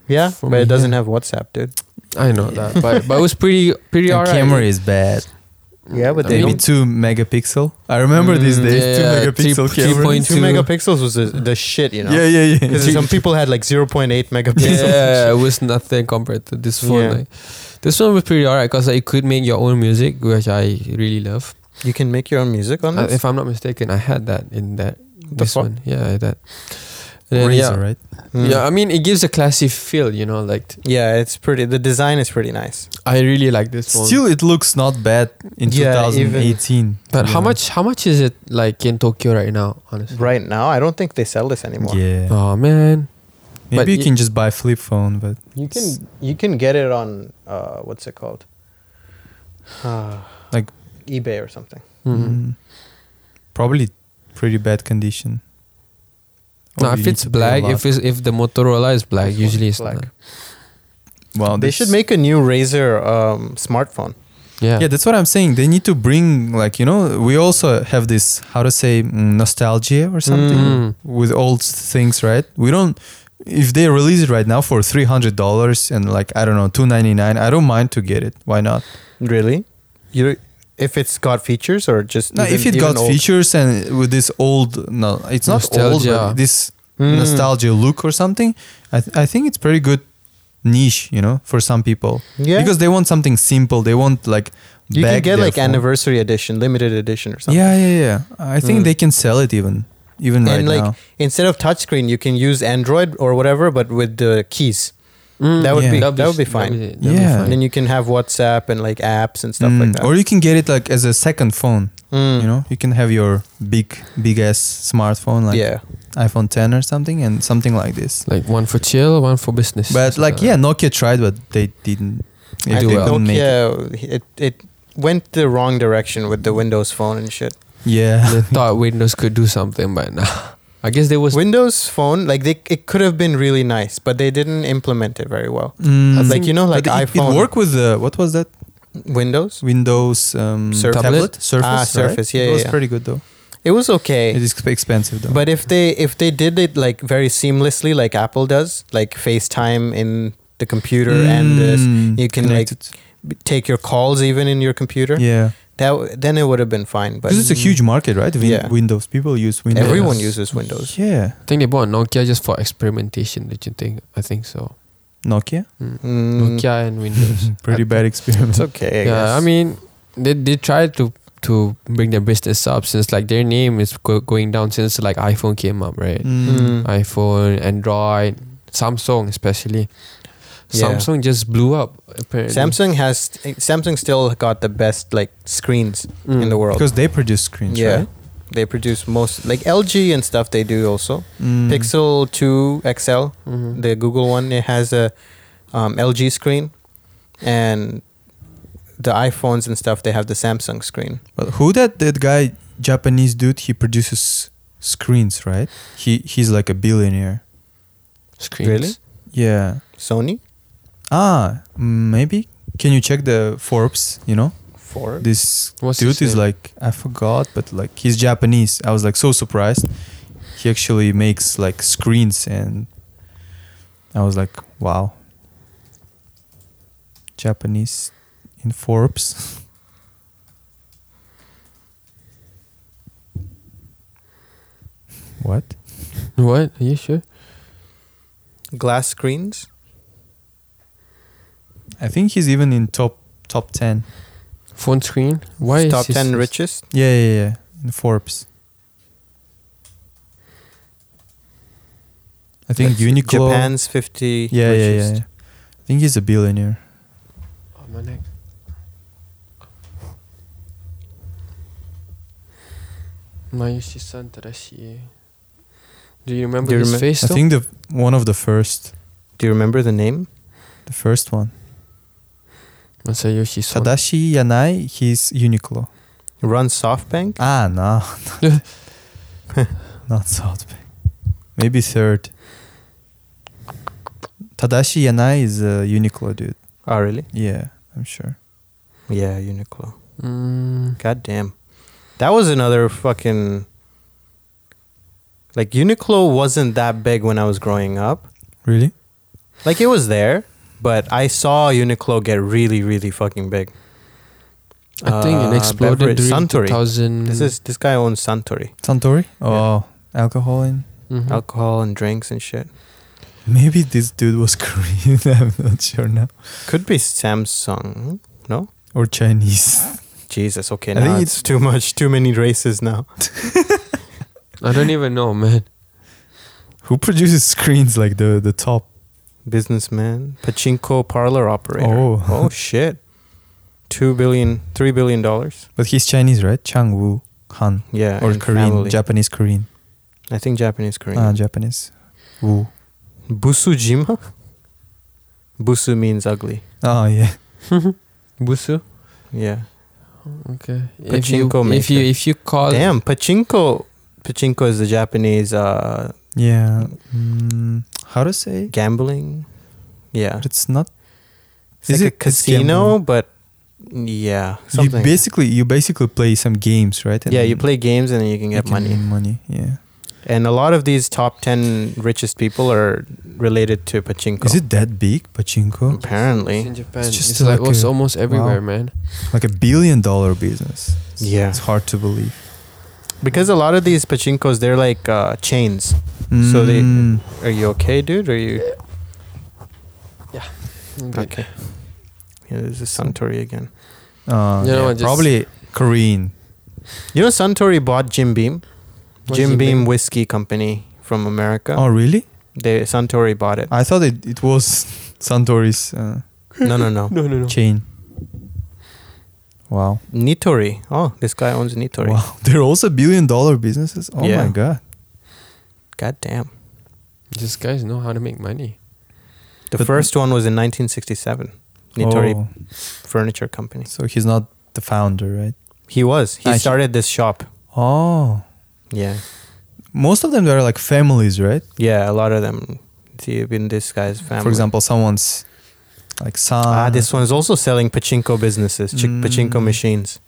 S3: yeah,
S4: for
S3: but it
S4: me,
S3: doesn't
S4: yeah.
S3: have WhatsApp, dude.
S4: I know that, but but it was pretty pretty
S2: And
S4: alright.
S2: camera is bad.
S3: Yeah, but
S4: I
S3: they
S4: mean,
S2: Maybe two megapixel. I remember these
S4: Mm,
S2: days
S4: yeah,
S2: two
S4: yeah,
S2: megapixel
S4: three-
S2: camera.
S4: three point-
S3: Two
S4: Into-
S3: megapixels was the, the shit, you know.
S2: Yeah, yeah, yeah.
S3: Because some people had like 0.8 megapixels.
S4: yeah, it was nothing compared to this phone.
S3: Yeah.
S4: Like, this one was pretty alright because you could make your own music, which I really love.
S3: You can make your own music on
S4: Uh,
S3: this.
S4: if I'm not mistaken, I had that in that
S3: The
S4: this
S3: fuck?
S4: one. Yeah, that. And then,
S2: Razor,
S4: yeah,
S2: right?
S3: Mm.
S4: yeah. I mean, it gives a classy feel, you know. Like t-
S3: Yeah, it's pretty. The design is pretty nice.
S4: I really like this phone.
S2: Still, it looks not bad in
S3: Yeah,
S2: 2018.
S4: but how
S2: Yeah.
S4: much? How much is it like in Tokyo right now? Honestly.
S3: Right now, I don't think they sell this anymore.
S2: Yeah.
S4: Oh man, but
S2: Maybe you
S4: it-
S2: can just buy flip phone, but
S3: You can you can get it on uh, what's it called? Uh,
S2: Like-
S3: eBay or something.
S4: Mm.
S2: mm, probably pretty bad condition. Or
S4: no,
S2: you
S4: if
S2: need
S4: it's
S2: to pay a
S4: black,
S2: lot.
S4: if it's if the Motorola is black,
S3: This one's
S4: usually it's
S3: black.
S4: not.
S2: wow,
S3: They
S2: this-
S3: should make a new Razer um, smartphone.
S4: Yeah,
S2: Yeah, that's what I'm saying. They need to bring like you know we also have this how to say mm, nostalgia or something
S4: Mm.
S2: with old things, right? We don't if they release it right now for three hundred dollars and like I don't know two ninety nine. I don't mind to get it. Why not?
S3: Really? You if it's got features or just
S2: No,
S3: even-
S2: if it
S3: even
S2: got
S3: old?
S2: features and with this old, no, it's not old,
S4: Nostalgia.
S2: but this
S3: Mm.
S2: nostalgia look or something, I, th- I think it's pretty good niche, you know, for some people.
S3: Yeah.
S2: Because they want something simple. They want like
S3: you can
S2: back
S3: get
S2: their
S3: like
S2: phone.
S3: anniversary edition, limited edition or something.
S2: Yeah, yeah, yeah. I think
S3: Mm.
S2: they can sell it even, even right
S3: and like
S2: now.
S3: instead of touchscreen, you can use Android or whatever, but with the keys.
S4: Mm.
S3: That would
S2: Yeah.
S3: be
S2: That'd
S3: that would be fine.
S2: Yeah.
S3: And then you can have WhatsApp and like apps and stuff like
S2: Mm,
S3: that.
S2: Or you can get it like as a second phone.
S3: Mm.
S2: You know, you can have your big, big ass smartphone like
S3: yeah,
S2: iPhone 10 or something, and something like this.
S4: like one for chill, one for business.
S2: But
S3: uh,
S2: like, yeah, Nokia tried, but they didn't.
S4: I
S2: they
S4: do
S2: couldn't
S4: well.
S2: make it.
S3: Nokia it it went the wrong direction with the Windows Phone and shit.
S2: Yeah.
S4: they thought Windows could do something, but nah. I guess there was.
S3: Windows Phone like they it could have been really nice, but they didn't implement it very well.
S2: Mm.
S3: Like, you know, like
S2: But it-
S3: iPhone-
S2: It worked with the what was that
S3: Windows.
S2: Windows um,
S3: Surf-
S2: tablet?
S4: Tablet?
S2: Surface.
S3: Ah,
S2: right?
S3: Surface, yeah,
S2: it
S3: yeah,
S2: was
S3: yeah.
S2: pretty good though.
S3: It was okay.
S2: It is exp- expensive though.
S3: But if they if they did it like very seamlessly, like Apple does, like FaceTime in the computer and this,
S2: Mm,
S3: you can, like, b- take your calls even in your computer,
S2: yeah,
S3: that w- then it would have been fine. But
S2: because it's a huge market, right? Win-
S3: Yeah.
S2: Windows people use Windows.
S3: everyone
S4: Yes.
S3: uses Windows.
S2: Yeah,
S4: I think they bought Nokia just for experimentation. Did you think? I think so.
S2: Nokia.
S4: Mm.
S3: Mm,
S4: Nokia and Windows.
S2: Pretty
S4: I-
S2: bad experiment.
S3: it's okay. I
S4: yeah,
S3: guess.
S4: I mean, they they tried to to bring their business up since like their name is go- going down since like iPhone came up, right?
S2: Mm.
S3: Mm.
S4: iPhone, Android, Samsung especially.
S3: Yeah.
S4: Samsung just blew up apparently.
S3: Samsung has Samsung still got the best like screens
S4: Mm.
S3: in the world.
S2: Because they produce screens,
S3: yeah.
S2: right?
S3: They produce most like LG and stuff. They do also
S2: Mm.
S3: Pixel Two XL
S4: Mhm.
S3: the Google one. It has a um, LG screen, and the iPhones and stuff they have the Samsung screen.
S2: But who that that guy Japanese dude? He produces screens, right? He he's like a billionaire.
S4: screens.
S3: Really?
S2: Yeah.
S3: Sony
S2: Ah, maybe. Can you check the Forbes? You know,
S3: four.
S2: this
S4: What's
S2: dude
S4: his
S2: is
S4: name?
S2: like I forgot, but like he's Japanese. I was like so surprised. He actually makes like screens, and I was like, wow. Japanese in Forbes. what?
S4: What? Are you sure?
S3: Glass screens.
S2: I think he's even in top top ten.
S4: Phone screen? Why is
S3: top
S4: his-
S3: ten richest?
S2: Yeah, yeah, yeah. In Forbes. I think Uniqlo.
S3: Japan's fifty.
S2: Yeah, yeah, yeah,
S3: richest.
S2: yeah. I think he's a billionaire.
S4: Oh, my neck. Mayushi-san Tadashi. Do you remember
S3: Do you
S4: his
S3: remem-
S4: face
S2: I
S4: though?
S2: think the one of the first,
S3: Do you remember the name?
S2: the first one.
S4: Masayoshi-san.
S2: Tadashi Yanai. He's Uniqlo.
S3: Run SoftBank.
S2: Ah, no, not South Bay. Maybe third. Tadashi Yanai is a Uniqlo dude.
S3: Oh, really?
S2: Yeah, I'm sure.
S3: Yeah, Uniqlo.
S4: Mm.
S3: God damn, that was another fucking. Like Uniqlo wasn't that big when I was growing up.
S2: Really?
S3: Like it was there, but I saw Uniqlo get really, really fucking big.
S4: I think
S3: Uh,
S4: it exploded
S3: beverage,
S4: during
S3: Suntory.
S4: 2000.
S3: This is this guy owns Suntory,
S2: Santori? Oh, alcohol in
S4: Mhm.
S3: alcohol and drinks and shit.
S2: Maybe this dude was Korean. I'm not sure now.
S3: Could be Samsung. No,
S2: Or Chinese.
S3: Jesus. Okay,
S2: I
S3: now
S2: think
S3: it's, too much. Too many races now.
S4: I don't even know, man.
S2: Who produces screens like the the top?
S3: Businessman, pachinko parlor operator.
S2: Oh.
S3: oh shit. Two billion, three billion dollars.
S2: But he's Chinese, right? Chang Wu Han
S3: Yeah,
S2: or
S3: and
S2: Korean,
S3: family.
S2: Japanese Korean.
S3: I think Japanese Korean.
S2: Ah, Japanese. Wu.
S3: Busujima. Busu means ugly.
S2: Oh yeah.
S4: Busu.
S3: Yeah.
S4: Okay. If you,
S3: Pachinko
S4: if you
S3: maker.
S4: if you call
S3: Damn, pachinko. Pachinko is the Japanese uh,
S2: Yeah. Mm, how to say?
S3: gambling. Yeah,
S2: But it's not.
S3: it's
S2: Is
S3: like a
S2: it- it's
S3: casino,
S2: gambling?
S3: but yeah,
S2: You
S3: something.
S2: basically you basically play some games, right?
S3: yeah, you
S2: then
S3: play games and then you can
S2: you
S3: get
S2: can
S3: money.
S2: win Money. Yeah.
S3: And a lot of these top 10 richest people are related to pachinko.
S2: Is it that big, pachinko?
S4: It's in
S3: Apparently.
S4: Japan.
S2: It's
S4: It's,
S2: just
S4: like,
S2: like
S4: it's
S2: a-
S4: almost everywhere,
S2: wow.
S4: man.
S2: Like a billion dollar business. It's-
S3: Yeah.
S2: It's hard to believe.
S3: Because a lot of these pachinkos, they're like uh, chains. So they-
S2: Mm.
S3: Are you okay, dude? Are you.
S4: Like,
S3: Okay. Yeah, this is Suntory again.
S2: Uh,
S4: You know
S2: yeah,
S4: what, just-
S2: probably Korean.
S3: You know, Suntory bought Jim Beam?
S4: What's
S3: Jim
S4: Jim
S3: Beam
S4: Beam?
S3: Whiskey Company from America.
S2: Oh, really?
S3: They Suntory bought it.
S2: I thought it, it was Santori's uh,
S3: No, no, no.
S4: no, no, no.
S2: chain. Wow.
S3: Nitori. Oh, this guy owns Nitori.
S2: Wow. They're also billion dollar businesses. Oh
S3: Yeah.
S2: my god.
S3: God damn.
S4: These guys know how to make money.
S3: The
S2: But-
S3: first one was in 1967. Nitori
S2: Oh,
S3: Furniture Company.
S2: so he's not the founder, right?
S3: He was. He
S2: Ah, he-
S3: started this shop.
S2: Oh.
S3: Yeah.
S2: Most of them are like families, right?
S3: Yeah, a lot of them. See, in this guy's family.
S2: For example, someone's like son.
S3: Ah, this one's also selling pachinko businesses, chick pachinko
S2: Mm.
S3: machines.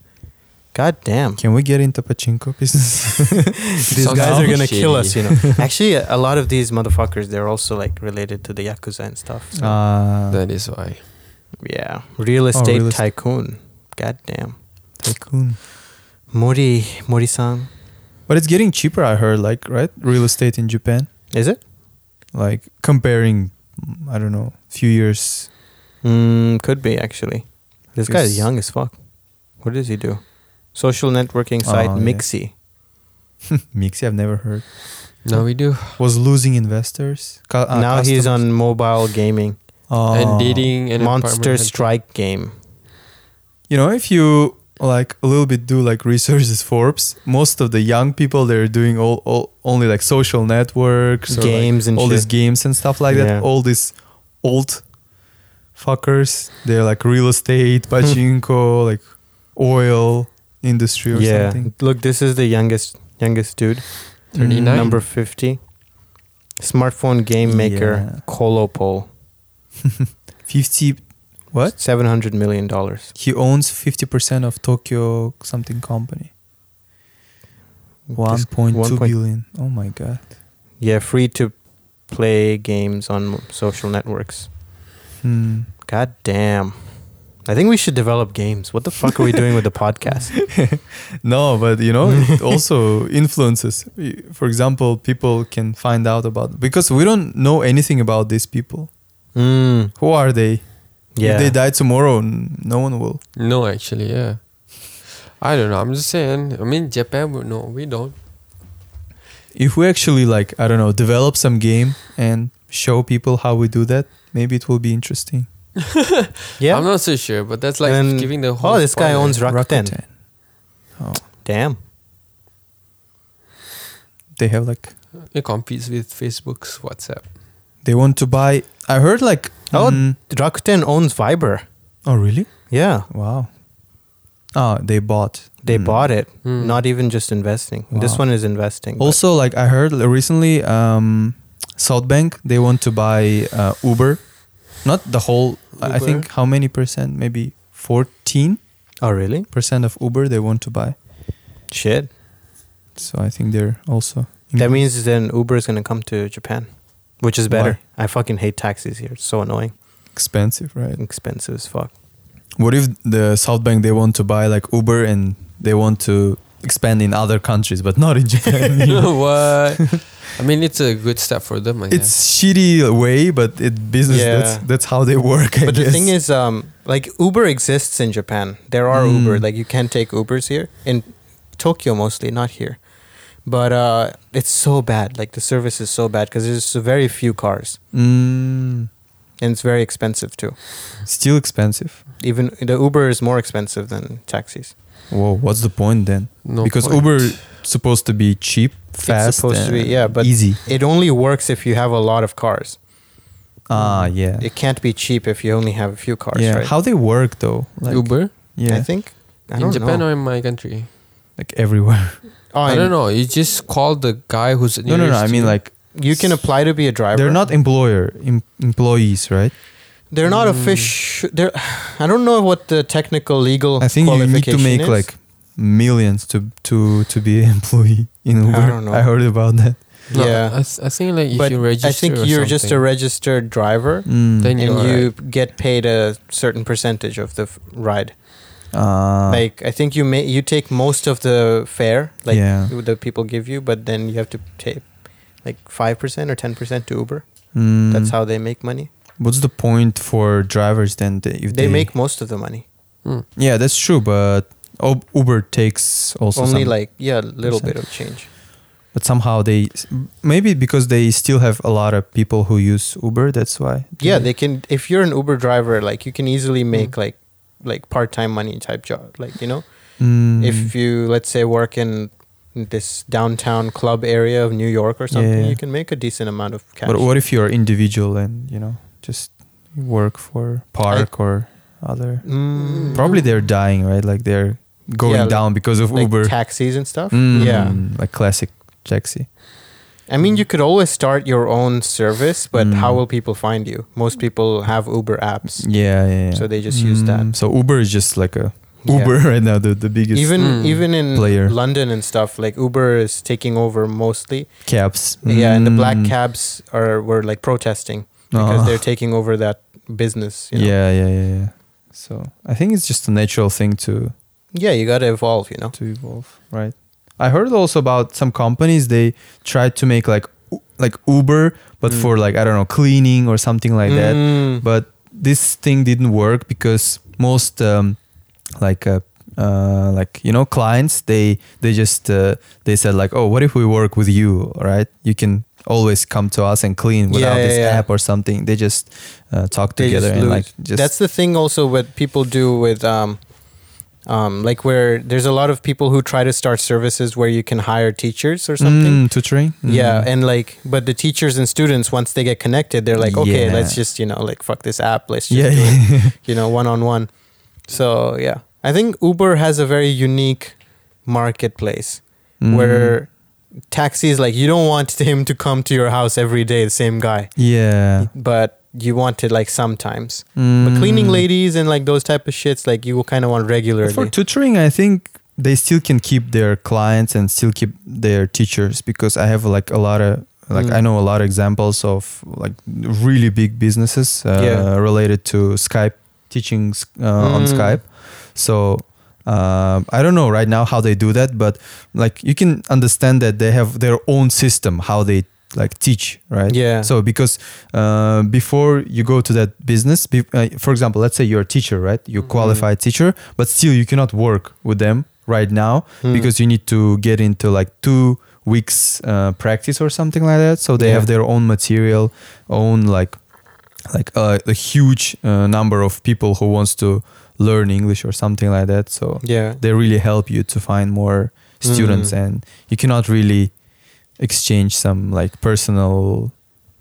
S3: God damn.
S2: Can we get into pachinko business?
S3: These
S4: Sounds
S3: guys are
S4: shitty.
S3: going to kill us, you know. Actually, a lot of these motherfuckers, they're also like related to the Yakuza and stuff. So.
S2: Ah, Oh,
S4: That is why.
S3: yeah. Real estate
S2: real est-
S3: tycoon. God damn.
S2: tycoon.
S3: Mori, Mori-san.
S2: But it's getting cheaper, I heard. Like, right? Real estate in Japan.
S3: Is it?
S2: Like comparing, mm, I don't know, few years.
S3: Mm, could be actually. This guy is
S2: Because-
S3: young as fuck. What does he do? Social networking site
S2: Oh, yeah.
S3: Mixi.
S2: Mixi, I've never heard.
S4: Now we do.
S2: Was losing investors. Cu- uh,
S3: now he's
S2: customers.
S3: on mobile gaming.
S2: Oh.
S4: And dating and
S3: Monster
S4: apartment
S3: Strike game.
S2: You know, if you like a little bit do like research is Forbes, most of the young people they're doing all, all only like social networks, or, like,
S3: Games and
S2: all these
S3: shit.
S2: games and stuff like
S3: Yeah.
S2: that. All these old fuckers, they're like real estate, pachinko, like oil industry or
S3: yeah.
S2: something.
S3: Look, this is the youngest youngest dude.
S4: 39. Nine.
S3: Number 50. Smartphone game maker Colopol.
S2: fifty. What?
S3: 700 million dollars.
S2: He owns fifty percent of Tokyo something company. One point two billion. Oh my god.
S3: Yeah, free to play games on m- social networks.
S2: Hmm.
S3: God damn. I think we should develop games. What the fuck are we doing with the podcast?
S2: No, but you know, it also influences. For example, people can find out about because we don't know anything about these people.
S3: Mm,
S2: Who are they?
S3: yeah.
S2: If they die tomorrow, n- no one will.
S4: hunt. No, actually, yeah. I don't know. I'm just saying. I mean, Japan. would- No, we don't.
S2: If we actually like, I don't know, develop some game and show people how we do that, maybe it will be interesting.
S3: yeah.
S4: I'm not so sure, but that's like
S3: And-
S4: giving the whole.
S3: oh, this guy
S4: spoiler.
S3: owns Rakuten.
S2: Rakuten. Oh,
S3: Damn.
S2: they have like
S4: It competes with Facebook's WhatsApp.
S2: they want to buy. I heard like
S3: Oh.
S2: mm,
S3: Rakuten owns Viber.
S2: oh really?
S3: Yeah.
S2: Wow. Oh, they bought.
S3: They
S2: Hmm.
S3: bought it.
S4: Hmm.
S3: Not even just investing. This
S2: Wow.
S3: one is investing. but-
S2: Also, like I heard l- recently, um, South Bank they want to buy uh, Uber, not the whole. I I
S4: Uber.
S2: think how many percent? Maybe fourteen
S3: oh, really?
S2: percent of Uber they want to buy.
S3: Shit.
S2: So I think they're also.
S3: That means then Uber is going to come to Japan, which is better. I fucking hate taxis here. It's so annoying.
S2: expensive, right?
S3: Expensive as fuck.
S2: What if the South Bank they want to buy like Uber and they want to expand in other countries, but not in Japan? you know?
S4: what? I mean, it's a good step for them. I guess.
S2: It's shitty way, but it business.
S3: Yeah.
S2: That's that's how they work. I
S3: But the
S2: guess.
S3: thing is, um, like Uber exists in Japan. There are
S2: Mm.
S3: Uber. Like you can take Ubers here in Tokyo mostly, not here. But uh, it's so bad. Like the service is so bad because there's very few cars
S2: Mm,
S3: and it's very expensive too.
S2: still expensive.
S3: Even the Uber is more expensive than taxis.
S2: Whoa, what's the point then?
S4: No
S2: because
S4: point.
S2: Uber supposed to be cheap, fast,
S3: supposed to be-
S2: and
S3: yeah, but- Mm.
S2: easy.
S3: It only works if you have a lot of cars.
S2: Ah, yeah,
S3: It can't be cheap if you only have a few cars,
S2: yeah.
S3: right?
S2: How they work though? Like,
S4: Uber
S2: yeah,
S3: I think. I
S4: in
S3: don't
S4: Japan
S3: know.
S4: or in my country?
S2: like everywhere.
S3: Oh,
S4: I
S3: in-
S4: don't know. You just call the guy who's
S2: No, no, no.
S4: nearest
S2: I
S4: to
S2: mean,
S4: you.
S2: like
S3: You can apply to be a driver.
S2: they're not employer em- employees, right?
S3: They're not
S2: Mm.
S3: official. They're. I don't know what the technical legal.
S2: I think you need to
S3: qualification
S2: make
S3: is.
S2: like millions to to to be an employee. in Uber.
S3: I don't know.
S2: I heard about that.
S4: No,
S3: Yeah.
S4: I, th- I think like if
S3: but
S4: you register,
S3: I think
S4: or
S3: you're just a
S4: something,
S3: registered driver,
S2: Mm.
S3: and
S4: Then you're
S3: you get paid a certain percentage of the f- ride.
S2: Ah,
S3: Like I think you may you take most most of the fare, like
S2: Yeah.
S3: the people give you, but then you have to pay like five percent or ten percent to Uber.
S2: mm.
S3: That's how they make money.
S2: What's the point for drivers then? They, if
S3: They make most of the money.
S4: Mm.
S2: Yeah, that's true. But Ob- Uber takes also
S3: Only
S2: some-
S3: like yeah, a little
S2: percent.
S3: bit of change.
S2: But somehow they maybe because they still have a lot of people who use Uber. That's why.
S3: Yeah, they can. If you're an Uber driver, like you can easily
S2: Mm-hmm.
S3: make like like part time money type job. Like you know,
S2: Mm.
S3: if you let's say work in this downtown club area of New York or something,
S2: Yeah.
S3: you can make a decent amount of cash.
S2: But what if you're individual and you know just work for park or other?
S3: Mm,
S2: Probably they're dying, right? Like they're going
S3: like-
S2: down because of
S3: like
S2: Uber.
S3: taxis and stuff.
S2: Mm,
S3: Yeah,
S2: like classic taxi.
S3: I mean, you could always start your own service, but
S2: Mm.
S3: how will people find you? Most people have Uber apps.
S2: Yeah, yeah. yeah.
S3: So they just use that.
S2: Mm, So Uber is just like a
S3: Yeah.
S2: Uber right now, the the biggest
S3: Even
S4: Mm.
S3: even in
S2: Player.
S3: London and stuff, like Uber is taking over mostly.
S2: cabs.
S3: Yeah, and the black
S2: Mm,
S3: cabs are were like protesting because
S2: uh,
S3: they're taking over that business. You know?
S2: Yeah, yeah, yeah, yeah. So I think it's just a natural thing to
S3: yeah, you gotta evolve. You know,
S2: to evolve, right? I heard also about some companies they tried to make like U- like Uber, but
S4: Mm.
S2: for like I don't know cleaning or something like that.
S3: Mm.
S2: But this thing didn't work because most um, like uh, uh, like you know clients they they just uh, they said like oh what if we work with you right you can always come to us and clean without
S3: Yeah, yeah,
S2: this
S3: yeah.
S2: app or something they just uh, talk
S3: They just
S2: together and
S3: lose.
S2: like just
S3: that's the thing also what people do with um um like where there's a lot of people who try to start services where you can hire teachers or something
S2: Mm, tutoring
S3: yeah
S2: Mm.
S3: and like but the teachers and students once they get connected they're like okay
S2: Yeah.
S3: let's just you know like fuck this app let's just
S2: yeah,
S3: do it,
S2: yeah.
S3: you know one on one so yeah i think uber has a very unique marketplace
S2: Mm.
S3: where taxis like you don't want him to come to your house every day the same guy
S2: yeah
S3: but you want it like sometimes but
S2: Mm.
S3: cleaning ladies and like those type of shits, like you kind of want regularly.
S2: For tutoring, I think they still can keep their clients and still keep their teachers because I have like a lot of like
S3: Mm.
S2: I know a lot of examples of like really big businesses uh,
S3: Yeah.
S2: related to Skype teaching uh, on
S3: Mm.
S2: Skype. So um, I don't know right now how they do that, but like you can understand that they have their own system how they like teach, right?
S3: Yeah.
S2: So because uh, before you go to that business, be- uh, for example, let's say you're a teacher, right? You're
S4: Mhm.
S3: Mm-hmm.
S2: qualified teacher, but still you cannot work with them right now
S3: Mm.
S2: because you need to get into like two weeks uh, practice or something like that. So they
S3: Yeah.
S2: have their own material, own like like uh, a huge uh, number of people who wants to learn English or something like that. So
S3: yeah,
S2: they really help you to find more students
S3: Mm.
S2: and you cannot really exchange some like personal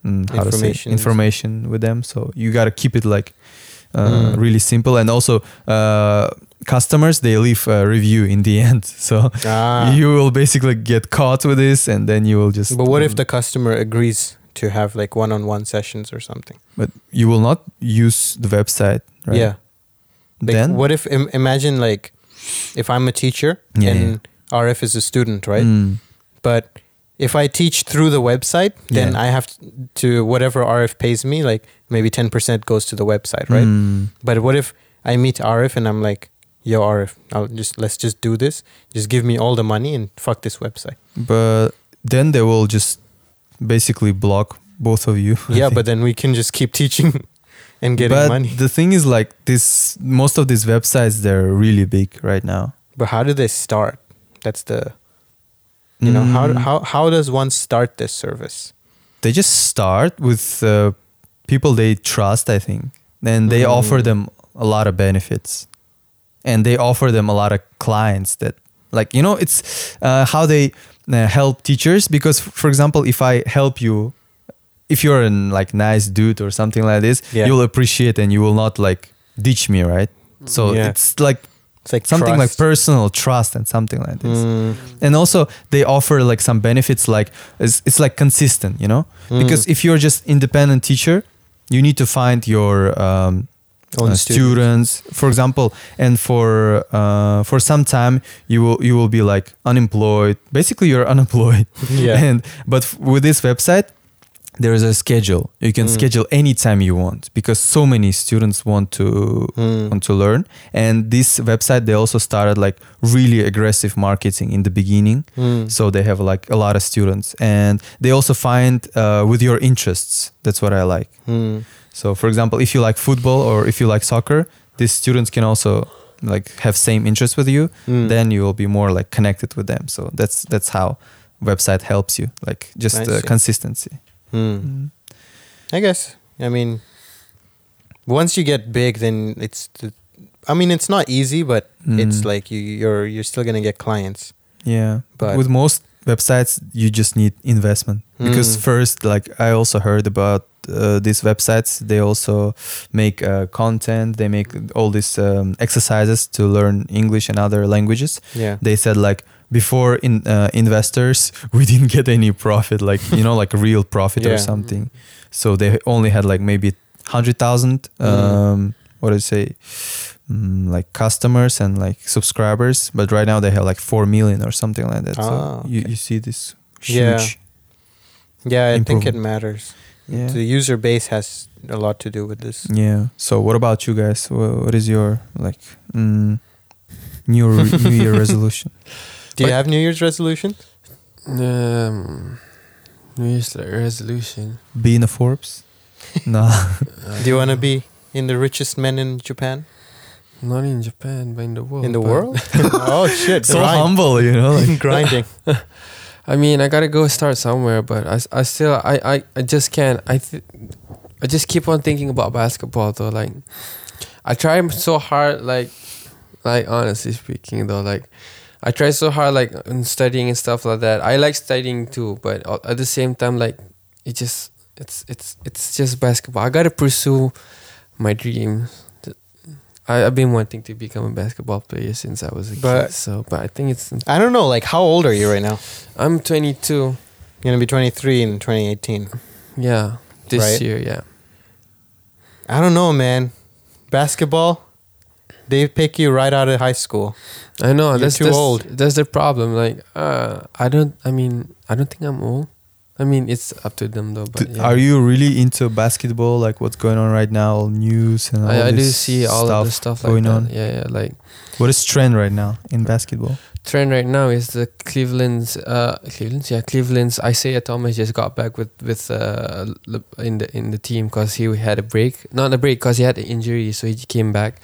S2: mm, how to say
S3: Informations.
S2: information with them so you got to keep it like uh,
S3: Mm.
S2: really simple and also uh, customers they leave a review in the end so
S3: ah.
S2: you will basically get caught with this and then you will just
S3: but what if
S2: um,
S3: the customer agrees to have like one-on-one sessions or something?
S2: but you will not use the website right
S3: Yeah. Like,
S2: then
S3: what if Im- imagine like if I'm a teacher
S2: Yeah,
S3: and RF is a student, right?
S2: Mm.
S3: But if I teach through the website, then
S2: Yeah.
S3: I have to whatever RF pays me, like maybe ten percent goes to the website, right?
S2: Mm.
S3: But what if I meet Arif and I'm like, "Yo, Arif, I'll just let's just do this. Just give me all the money and fuck this website."
S2: but then they will just basically block both of you I
S3: yeah,
S2: think.
S3: but then we can just keep teaching and getting
S2: but
S3: money.
S2: the thing is like this most of these websites they're really big right now
S3: but how do they start? That's the you know how
S2: Mm,
S3: how how does one start this service?
S2: they just start with uh, people they trust i think and they offer
S3: Mm.
S2: them a lot of benefits and they offer them a lot of clients that like you know it's uh, how they uh, help teachers because for example if i help you if you're an like nice dude or something like this
S3: Yeah.
S2: you'll appreciate and you will not like ditch me right so
S3: Yeah.
S2: it's like
S3: It's like
S2: something like
S3: trust.
S2: personal trust and something like this
S3: Mm,
S2: and also they offer like some benefits like it's, it's like
S3: Mm.
S2: consistent you know because if you're just independent teacher you need to find your um,
S3: On
S2: uh, students, for example, and for uh, for some time you will you will be like unemployed. Basically, you're unemployed.
S3: Yeah.
S2: And but f- with this website, there is a schedule. You can
S3: Mm.
S2: schedule any time you want because so many students want to
S3: Mm.
S2: want to learn. And this website they also started like really aggressive marketing in the beginning.
S3: Mm.
S2: So they have like a lot of students, and they also find uh, with your interests. That's what I like.
S3: Mm.
S2: So, for example, if you like football or if you like soccer, these students can also like have same interest with you.
S3: Mm.
S2: Then you will be more like connected with them. So that's that's how website helps you, like just
S3: I
S2: uh,
S3: see.
S2: consistency.
S3: Mm.
S2: Hmm.
S3: I guess. I mean, once you get big, then it's. th- I mean, it's not easy, but it's
S2: Mm.
S3: like you you're you're still gonna get clients.
S2: Yeah,
S3: But-
S2: but with most websites, you just need investment because
S3: Mm.
S2: first, like I also heard about uh, these websites, they also make uh, content, they make all these um, exercises to learn English and other languages.
S3: Yeah.
S2: they said like before in uh, investors we didn't get any profit like you know like real profit
S3: Yeah.
S2: or something so they only had like maybe 100000
S3: Mm.
S2: um what do you say mm, like customers and like subscribers but right now they have like 4 million or something like that
S3: Ah,
S2: so you,
S3: okay.
S2: you see this
S3: Yeah.
S2: huge
S3: Yeah, I think it
S2: Improvement.
S3: matters.
S2: yeah Hmm.
S3: The user base has a lot to do with this.
S2: yeah so what about you guys Wha- what is your like mm, new re- new year resolution
S3: Do you
S4: But-
S3: have New Year's resolution?
S4: Um, New Year's like resolution.
S2: being a forbes no
S4: Uh,
S3: Do you want to be in the richest men in Japan
S4: not in Japan, but in the world.
S3: in the
S4: but-
S3: world? oh shit!
S2: so
S3: grind.
S2: humble you know like
S3: grinding.
S4: I mean, I gotta go start somewhere, but I, s- I still, I, I, I just can't. I, th- I just keep on thinking about basketball though. Like, I try so hard. Like, like honestly speaking though, like, I try so hard like in studying and stuff like that. I like studying too, but a- at the same time, like, it just, it's, it's, it's just basketball. I gotta pursue my dream. I, I've been wanting to become a basketball player since I was a
S3: But-
S4: kid. So, but I think it's,
S3: I don't know. Like, how old are you right now?
S4: I'm 22.
S3: You're gonna be 23 in 2018.
S4: Yeah, this
S3: Right?
S4: year. Yeah,
S3: I don't know, man. Basketball, they pick you right out of high school.
S4: I know.
S3: You're
S4: that's
S3: too
S4: that's,
S3: old.
S4: That's the problem. Like, uh, I don't. I mean, I don't think I'm old. I mean, it's up to them though. But
S2: D-
S4: yeah.
S2: Are you really into basketball? Like what's going on right now, news and all
S4: I, I do
S2: this
S4: see all
S2: stuff
S4: of the stuff like
S2: going
S4: that.
S2: on.
S4: Yeah, yeah. Like
S2: What is trend right now in basketball?
S4: trend right now is the Cleveland's. Uh, Cleveland's. Yeah, Cleveland's. Isaiah Thomas just got back with with uh Le- in the in the team because he had a break. Not a break because he had an injury, so he came back.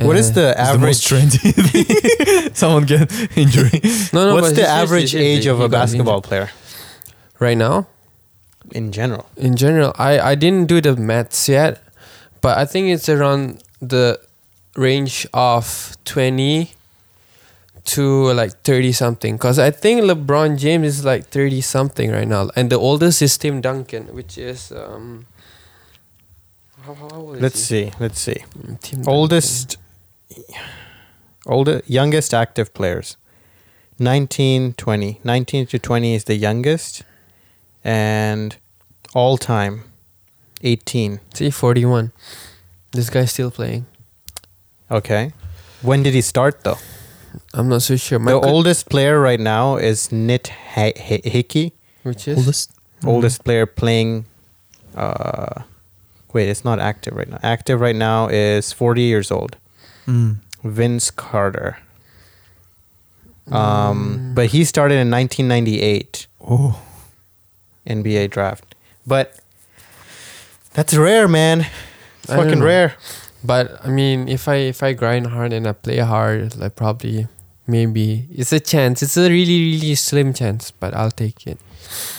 S3: what is
S4: Uh,
S3: the
S2: It's the
S3: average?
S2: most trendy. thing. Someone get injury.
S4: no, no,
S3: what's
S4: but
S3: the
S4: seriously,
S3: average
S4: seriously,
S3: age of
S4: he
S3: a
S4: got injured.
S3: basketball player
S4: right now?
S3: in general?
S4: in general i i didn't do the maths yet but i think it's around the range of 20 to like 30 something because i think lebron james is like 30 something right now and the oldest is tim duncan which is um how, how old is
S3: Let's
S4: he?
S3: see. Let's see.
S4: Mm, Tim
S3: Oldest, older, youngest active players. 19, 20. 19 to 20 is the youngest. And all time, 18.
S4: Duncan. see 41 this guy's still playing
S3: Okay. When did he start, though?
S4: i'm not so sure
S3: The
S4: Michael-
S3: oldest player right now is Nit Hi- Hi- Hickey.
S4: which is
S2: Oldest.
S3: Mm-hmm. oldest player playing uh wait it's not active right now active right now is 40 years old
S2: Mm.
S3: vince carter
S4: Mm.
S3: um but he started in 1998
S2: Oh,
S3: nba draft but that's rare man it's
S4: I don't
S3: fucking
S4: know.
S3: rare
S4: But I mean, if I if I grind hard and I play hard, like probably maybe it's a chance. It's a really really slim chance, but I'll take it.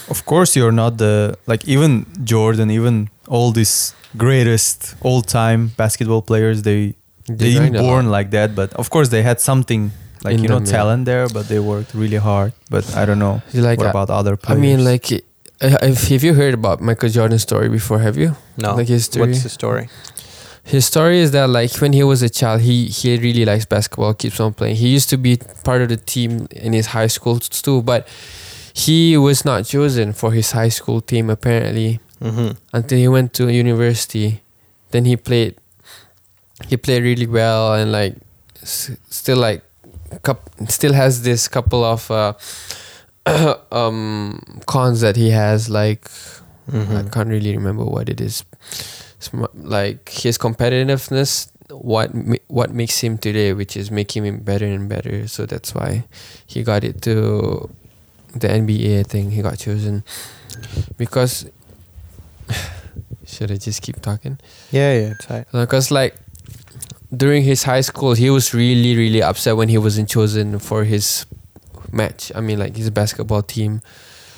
S2: of course you're not the like even Jordan, even all these greatest all-time basketball players. They they
S4: grind
S2: didn't
S4: a lot.
S2: born like that, but of course they had something like
S4: In
S2: you know
S4: them, yeah.
S2: talent there, but they worked really hard. But I don't know
S4: You like
S2: what
S4: I-
S2: about other
S4: I
S2: players.
S4: mean, like i- if have you heard about Michael Jordan's story before? Have you?
S3: no
S4: Like his story.
S3: what's the story
S4: His story is that like when he was a child, he he really likes basketball, keeps on playing. He used to be part of the team in his high school t- too, but he was not chosen for his high school team apparently.
S3: mm-hmm.
S4: until he went to university. Then he played he played really well and like s- still like cup still has this couple of uh, um cons that he has like Mm-hmm. uh, I
S3: Mhm.
S4: can't really remember what it is. It's mo- like his competitiveness, what ma- what makes him today, which is making him better and better. So that's why he got it to the NBA thing. He got chosen because should I just keep talking?
S3: Yeah, yeah, it's high.
S4: Because like during his high school, he was really really upset when he wasn't chosen for his match. I mean, like his basketball team.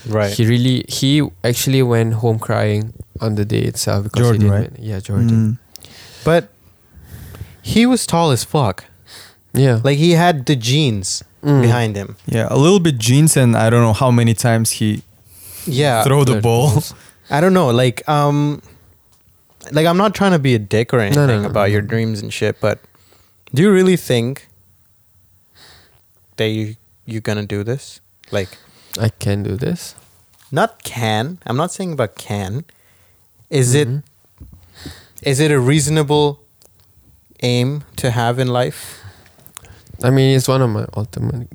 S3: Right.
S4: He really he actually went home crying on the day itself because
S2: Jordan,
S4: he didn't
S2: right?
S4: win. Yeah,
S3: Mm.
S4: Jordan.
S2: Mm,
S3: but he was tall as fuck.
S4: Yeah.
S3: Like he had the genes
S4: Mm.
S3: behind him.
S2: Yeah, a little bit jeans, and I don't know how many times he
S3: Yeah.
S2: throw the
S4: Third
S2: ball.
S4: balls.
S3: I don't know. Like um like I'm not trying to be a dick or anything
S4: no,
S3: about
S4: no.
S3: your dreams and shit, but do you really think that you you're gonna do this? Like
S4: I can do this.
S3: not can. I'm not saying about can. Is it
S4: Mm-hmm.
S3: is it a reasonable aim to have in life?
S4: I mean, it's one of my ultimate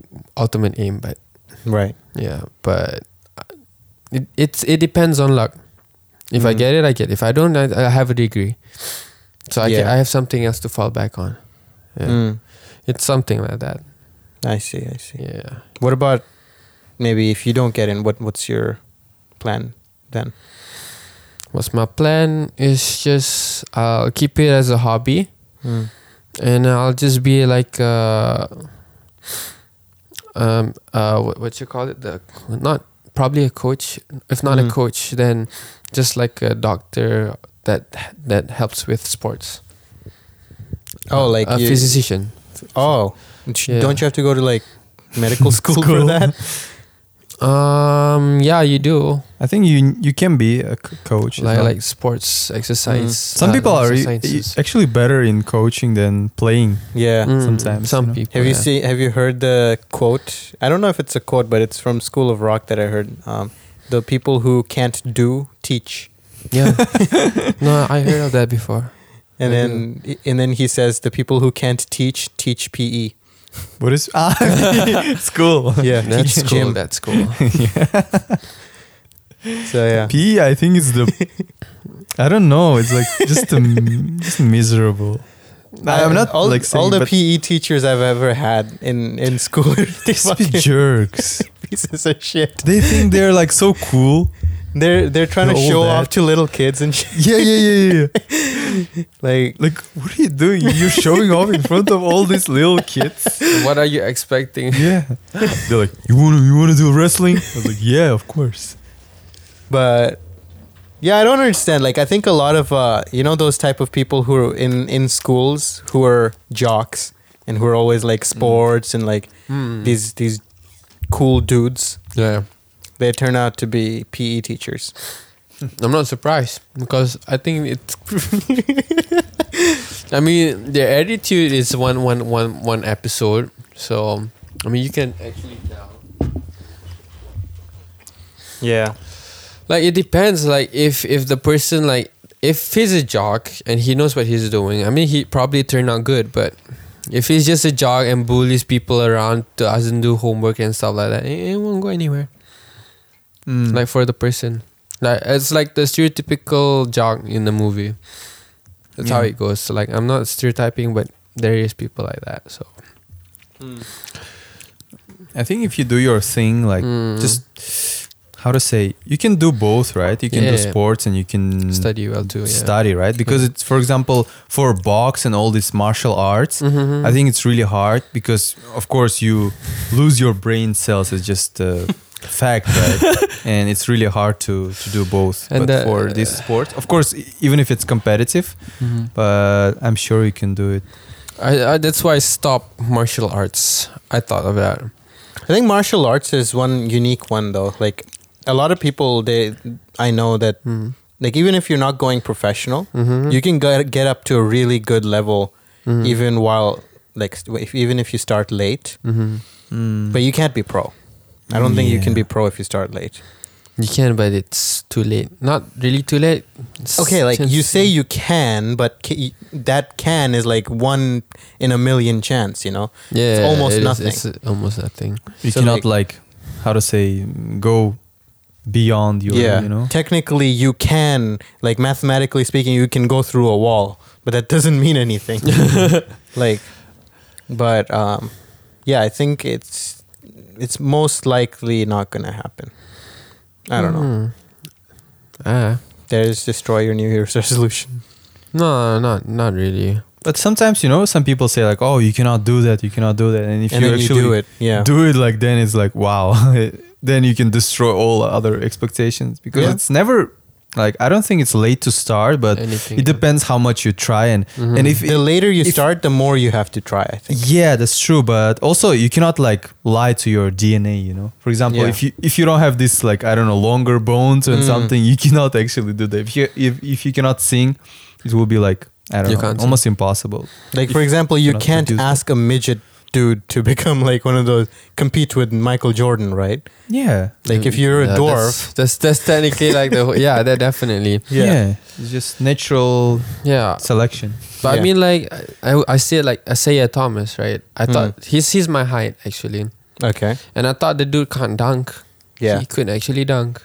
S4: ultimate aim, but
S3: Right.
S4: yeah, but uh, it it's it depends on luck. If I
S3: Mm.
S4: get it, I get. It. If I don't, I, I have a degree, so I can,
S3: Yeah.
S4: I have something else to fall back on. Yeah.
S3: Mm,
S4: It's something like that.
S3: I see. I see.
S4: Yeah.
S3: What about maybe if you don't get in? What What's your plan then?
S4: What's my plan? Is just I'll keep it as a hobby.
S3: Mm.
S4: and uh, I'll just be like uh um uh what, what you call it the not probably a coach if not
S3: Mhm.
S4: a coach then just like a doctor that that helps with sports
S3: Oh, like
S4: a
S3: you,
S4: physician
S3: oh, sh-
S4: Yeah.
S3: don't you have to go to like medical school, for
S2: School.
S3: that?
S4: um yeah you do
S2: I think you you can be a c- coach. as
S4: like
S2: well.
S4: like sports
S3: Mm.
S4: exercise
S2: some
S4: uh,
S2: people are
S4: exercises.
S2: y- y- actually better in coaching than playing.
S3: Yeah.
S4: Mm,
S2: sometimes,
S4: some
S2: you know.
S4: people
S3: Have you
S4: yeah.
S3: seen? Have you heard the quote? I don't know if it's a quote, but it's from School of Rock that I heard. Um, the people who can't do teach,
S4: yeah no I heard of that before
S3: and
S4: I
S3: then and then he says the people who can't teach teach E." PE.
S2: What is ah, school?
S3: Yeah,
S4: that's
S3: teach
S4: cool
S3: gym.
S4: that's cool
S3: So
S4: Uh-huh.
S3: yeah,
S2: P, I think it's the. I don't know. It's like just a, m- just miserable. I, am not
S3: all,
S2: like saying,
S3: all the
S2: but
S3: PE teachers I've ever had in in school. are
S2: just be
S3: fucking
S2: jerks.
S3: pieces of shit.
S2: They think they're like so cool.
S3: They're they're trying
S2: They're
S3: to
S2: all
S3: show
S2: that.
S3: off to little kids and shit.
S2: Yeah, yeah, yeah, yeah.
S3: Like
S2: Like, what are you doing? You're showing off in front of all these little kids.
S4: what are you expecting
S2: Yeah. They're like, you wanna, you wanna do wrestling? I was like, yeah, of course.
S3: but yeah i don't understand like i think a lot of uh, you know those type of people who are in in schools who are jocks and who are always like sports and like
S4: Hmm.
S3: these these cool dudes
S4: yeah
S3: they turn out to be pe teachers
S4: I'm not surprised because I think it's. I mean, their attitude is one, one, one, one episode. So, I mean, you can actually tell.
S3: yeah
S4: Like, it depends. Like, if if the person like if he's a jock and he knows what he's doing, I mean, he probably turned out good. But if he's just a jock and bullies people around, doesn't do homework and stuff like that, it, it won't go anywhere.
S2: Mm.
S3: Mm.
S4: Like for the person, like it's like the stereotypical jock in the movie. That's how
S2: Yeah.
S4: it goes. So, like I'm not stereotyping, but there is people like that. So
S2: I think if you do your thing, like,
S4: Mm.
S2: just how to say, you can do both, right? You can do
S4: Yeah.
S2: sports and you
S3: Mm.
S2: can
S4: study well too. Yeah.
S2: study, right? Because it's, for example, for box and all these martial arts,
S3: Mm-hmm,
S4: Mhm.
S2: I think it's really hard because, of course, you lose your brain cells. It's just a fact, right? and it's really hard to, to do both. but
S4: And the-
S3: uh,
S2: for this sport, of course, e- even if it's competitive,
S3: Mm-hmm.
S4: Mhm.
S2: but I'm sure you can do it.
S4: I, I that's why I stopped martial arts. I thought of that.
S3: i think martial arts is one unique one though like a lot of people they i know that
S4: Mm.
S3: like even if you're not going professional
S4: Mhm.
S3: you can get, get up to a really good level
S4: Mhm.
S3: even while like st- if, even if you start late
S4: Mhm.
S2: Mm.
S3: But you can't be pro. I don't think you can
S2: Yeah.
S3: be pro if you start late.
S4: You can, but it's too late. Not really too late. It's
S3: Okay, like you
S4: just-
S3: say you can, but ca- that can is like one in a million chance, you know?
S4: yeah,
S3: almost
S4: it is-
S3: nothing.
S4: it's uh, almost nothing.
S2: You
S3: So,
S2: cannot like, how to say go beyond your
S3: yeah.
S2: you know
S3: Technically, you can, like mathematically speaking, you can go through a wall, but that doesn't mean anything. like, but um, yeah, I think it's it's most likely not gonna happen. I don't know.
S4: Hmm. Ah,
S3: There's destroy your New Year's resolution.
S4: no, not not really.
S2: but sometimes you know some people say like oh you cannot do that you cannot do that and if
S3: and
S2: you
S3: then you
S2: actually
S3: do it. Yeah.
S2: do it like then it's like wow then you can destroy all other expectations because
S3: Yeah.
S2: it's never like i don't think it's late to start but
S4: Anything.
S2: it depends how much you try and
S3: Mm-hmm.
S2: and if
S3: the later you
S2: if-
S3: start, the more you have to try. I think.
S2: yeah that's true but also you cannot like lie to your dna you know for example
S3: Yeah.
S2: if you if you don't have this like i don't know longer bones and
S3: Mm.
S2: something you cannot actually do that if you if, if you cannot sing it will be like i don't
S4: You
S2: know
S4: can't sing.
S2: almost impossible
S3: Like
S2: If
S3: for example, you
S2: cannot
S3: can't
S2: produce them.
S3: ask a midget dude to become like one of those compete with Michael Jordan, right?
S2: yeah
S3: Like if you're a
S4: Mm, Yeah,
S3: dwarf,
S4: that's that's, that's technically like the whole- yeah, that definitely
S2: yeah,
S3: Yeah.
S2: it's just natural
S4: yeah.
S2: selection
S3: Yeah.
S4: But I mean, like I, I- I say like Isaiah Thomas, right? I
S3: Hmm.
S4: thought he's he's my height actually,
S3: okay,
S4: and I thought the dude can't dunk.
S3: yeah,
S4: he could actually dunk.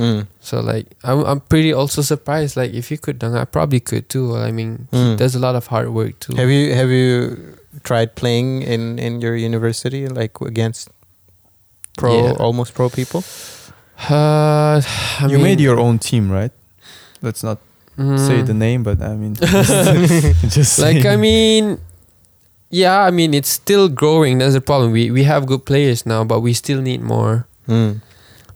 S3: Mm.
S4: So like I'm I'm pretty also surprised. Like if he could dunk, I probably could too. I mean,
S3: Mm.
S4: there's a lot of hard work too.
S3: Have you have you tried playing in in your university like against pro
S4: Yeah.
S3: almost pro people?
S4: Uh, I
S2: you
S4: mean,
S2: made your own team right let's not say
S4: mm,
S2: the name, but I mean, just, just
S4: like I
S2: saying.
S4: mean, yeah, I mean it's still growing. That's the problem. We we have good players now, but we still need more.
S3: Mm.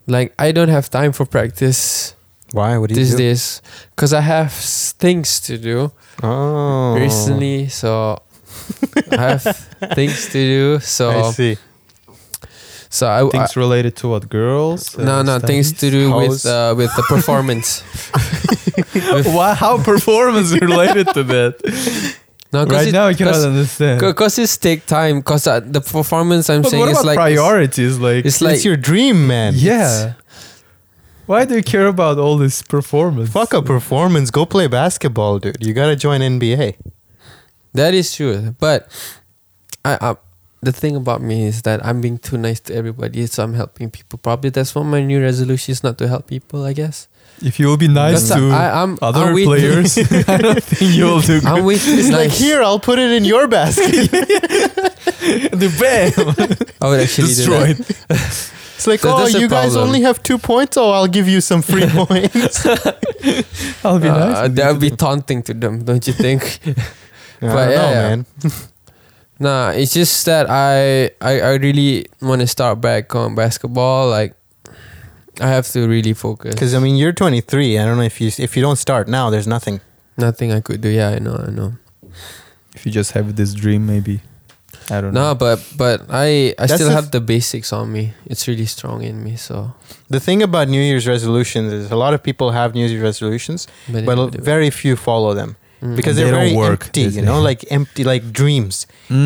S4: Like I don't have time for practice
S3: Why? What do you
S4: these
S3: do?
S4: days because I have s- things to do
S3: Oh,
S4: recently. So I have things to do. So
S3: I see.
S4: so I, I
S2: things related to what girls? uh,
S4: no no things to
S2: studies?
S4: do
S3: house.
S4: with uh, with the performance.
S2: Why? How performance related to that?
S4: no,
S2: Right
S4: because
S2: now, I cannot
S4: cause,
S2: understand.
S4: cause 'cause it's take time. Cause uh, the performance I'm
S2: but
S4: saying
S2: what
S4: is
S2: about
S4: like
S2: priorities? Like,
S4: It's like
S3: it's your dream, man.
S2: yeah. Why do you care about all this performance?
S3: Fuck a performance. Go play basketball, dude. You gotta join NBA.
S4: that is true. But I, I the thing about me is that I'm being too nice to everybody, so I'm helping people. Probably that's what my new resolution is not to help people. I guess.
S2: If you'll be nice
S4: 'Cause
S2: to
S4: I- I'm-
S2: other
S4: I'm with-
S2: players, I don't think you'll do good.
S4: I'm with
S3: It's
S4: nice.
S3: like here, I'll put it in your basket.
S2: the bam,
S4: I would actually do
S2: destroyed.
S3: It's like,
S4: So
S3: oh,
S4: that's the
S3: you guys
S4: problem.
S3: only have two points. Oh, I'll give you some free points.
S2: I'll
S4: that.
S2: be nice.
S4: Uh, that would be taunting to them, don't you think?
S3: I
S4: But
S3: don't know,
S4: yeah, yeah.
S3: man.
S4: Nah, it's just that I I, I really want to start back on basketball. Like, I have to really focus.
S3: Because I mean, you're 23. I don't know if you if you don't start now, there's nothing.
S4: Nothing I could do. Yeah, I know, I know.
S2: if you just have this dream, maybe I don't
S4: No,
S2: know.
S4: but but I I
S3: Mm. That's
S4: still
S3: the
S4: have the basics on me. It's really strong in me. So,
S3: The thing about New Year's resolutions is a lot of people have New Year's resolutions,
S4: but,
S3: but
S4: it-
S3: very few follow them
S4: Mm.
S3: because
S2: They
S3: they're
S2: don't
S3: very
S2: work,
S3: empty.
S2: they
S3: You know,
S2: say.
S3: like empty, like dreams.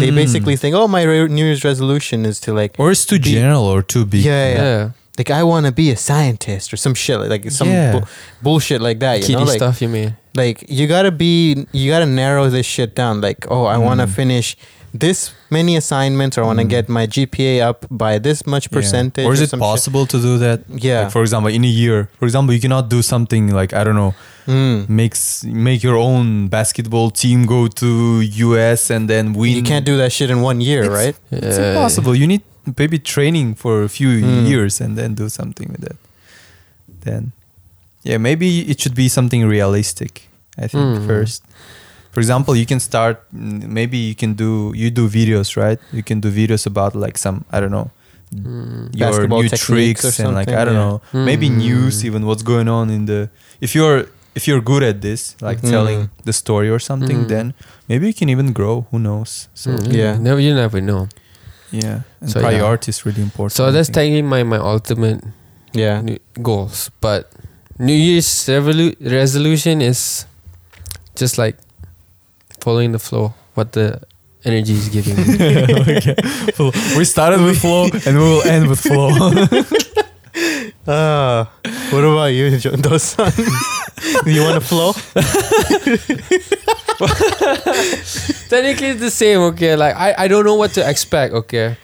S3: They
S2: Mm.
S3: basically think, oh, my re- New Year's resolution is to like,
S2: or it's too
S3: Be-
S2: general or too big.
S3: yeah, yeah,
S4: yeah,
S3: yeah. like I want to be a scientist or some shit, like, like some
S2: Yeah.
S3: bu- bullshit like that. You
S4: kiddie
S3: know, like
S4: stuff. You mean?
S3: like you gotta be you gotta narrow this shit down like oh i want to
S2: Mm.
S3: finish this many assignments or i want to
S2: Mm.
S3: get my gpa up by this much
S2: Yeah.
S3: percentage
S2: Or is it
S3: some
S2: possible to do that?
S3: shit. yeah
S2: Like, for example, in a year, for example, you cannot do something like I don't know,
S3: Mm.
S2: makes make your own basketball team go to US and then win.
S3: you can't do that shit in one year
S2: It's-
S3: right Uh,
S2: It's
S4: Yeah.
S2: impossible. You need maybe training for a few
S3: Mm.
S2: years and then do something with that. Then, yeah, maybe it should be something realistic. I think
S3: Hmm.
S4: Mm.
S2: first. For example, you can start. mm, Maybe you can do you do videos, right? You can do videos about like some I don't know
S4: Mm.
S2: your
S3: Basketball
S2: new
S3: techniques
S2: tricks
S3: or
S2: and like
S3: something,
S2: I don't
S3: yeah. Hmm.
S2: know, maybe news
S4: Mm.
S2: even what's going on in the if you're if you're good at this, like
S3: Mm.
S2: telling the story or something,
S4: Mm.
S2: then maybe you can even grow. Who knows? So
S4: Mm,
S3: Hmm. yeah.
S4: Never. You never know.
S2: yeah, and
S4: So, yeah.
S2: priority is really important.
S4: So
S2: I
S4: that's
S2: think.
S4: technically my my ultimate
S3: yeah
S4: new goals. But New Year's revolu- resolution is just like following the flow, what the energy is giving me.
S2: Okay. Flow. We started with flow and we will end with flow.
S3: uh, What about you, John Dosan? Do you want to flow?
S4: Technically, it's the same. Okay, like I, I don't know what to expect. Okay,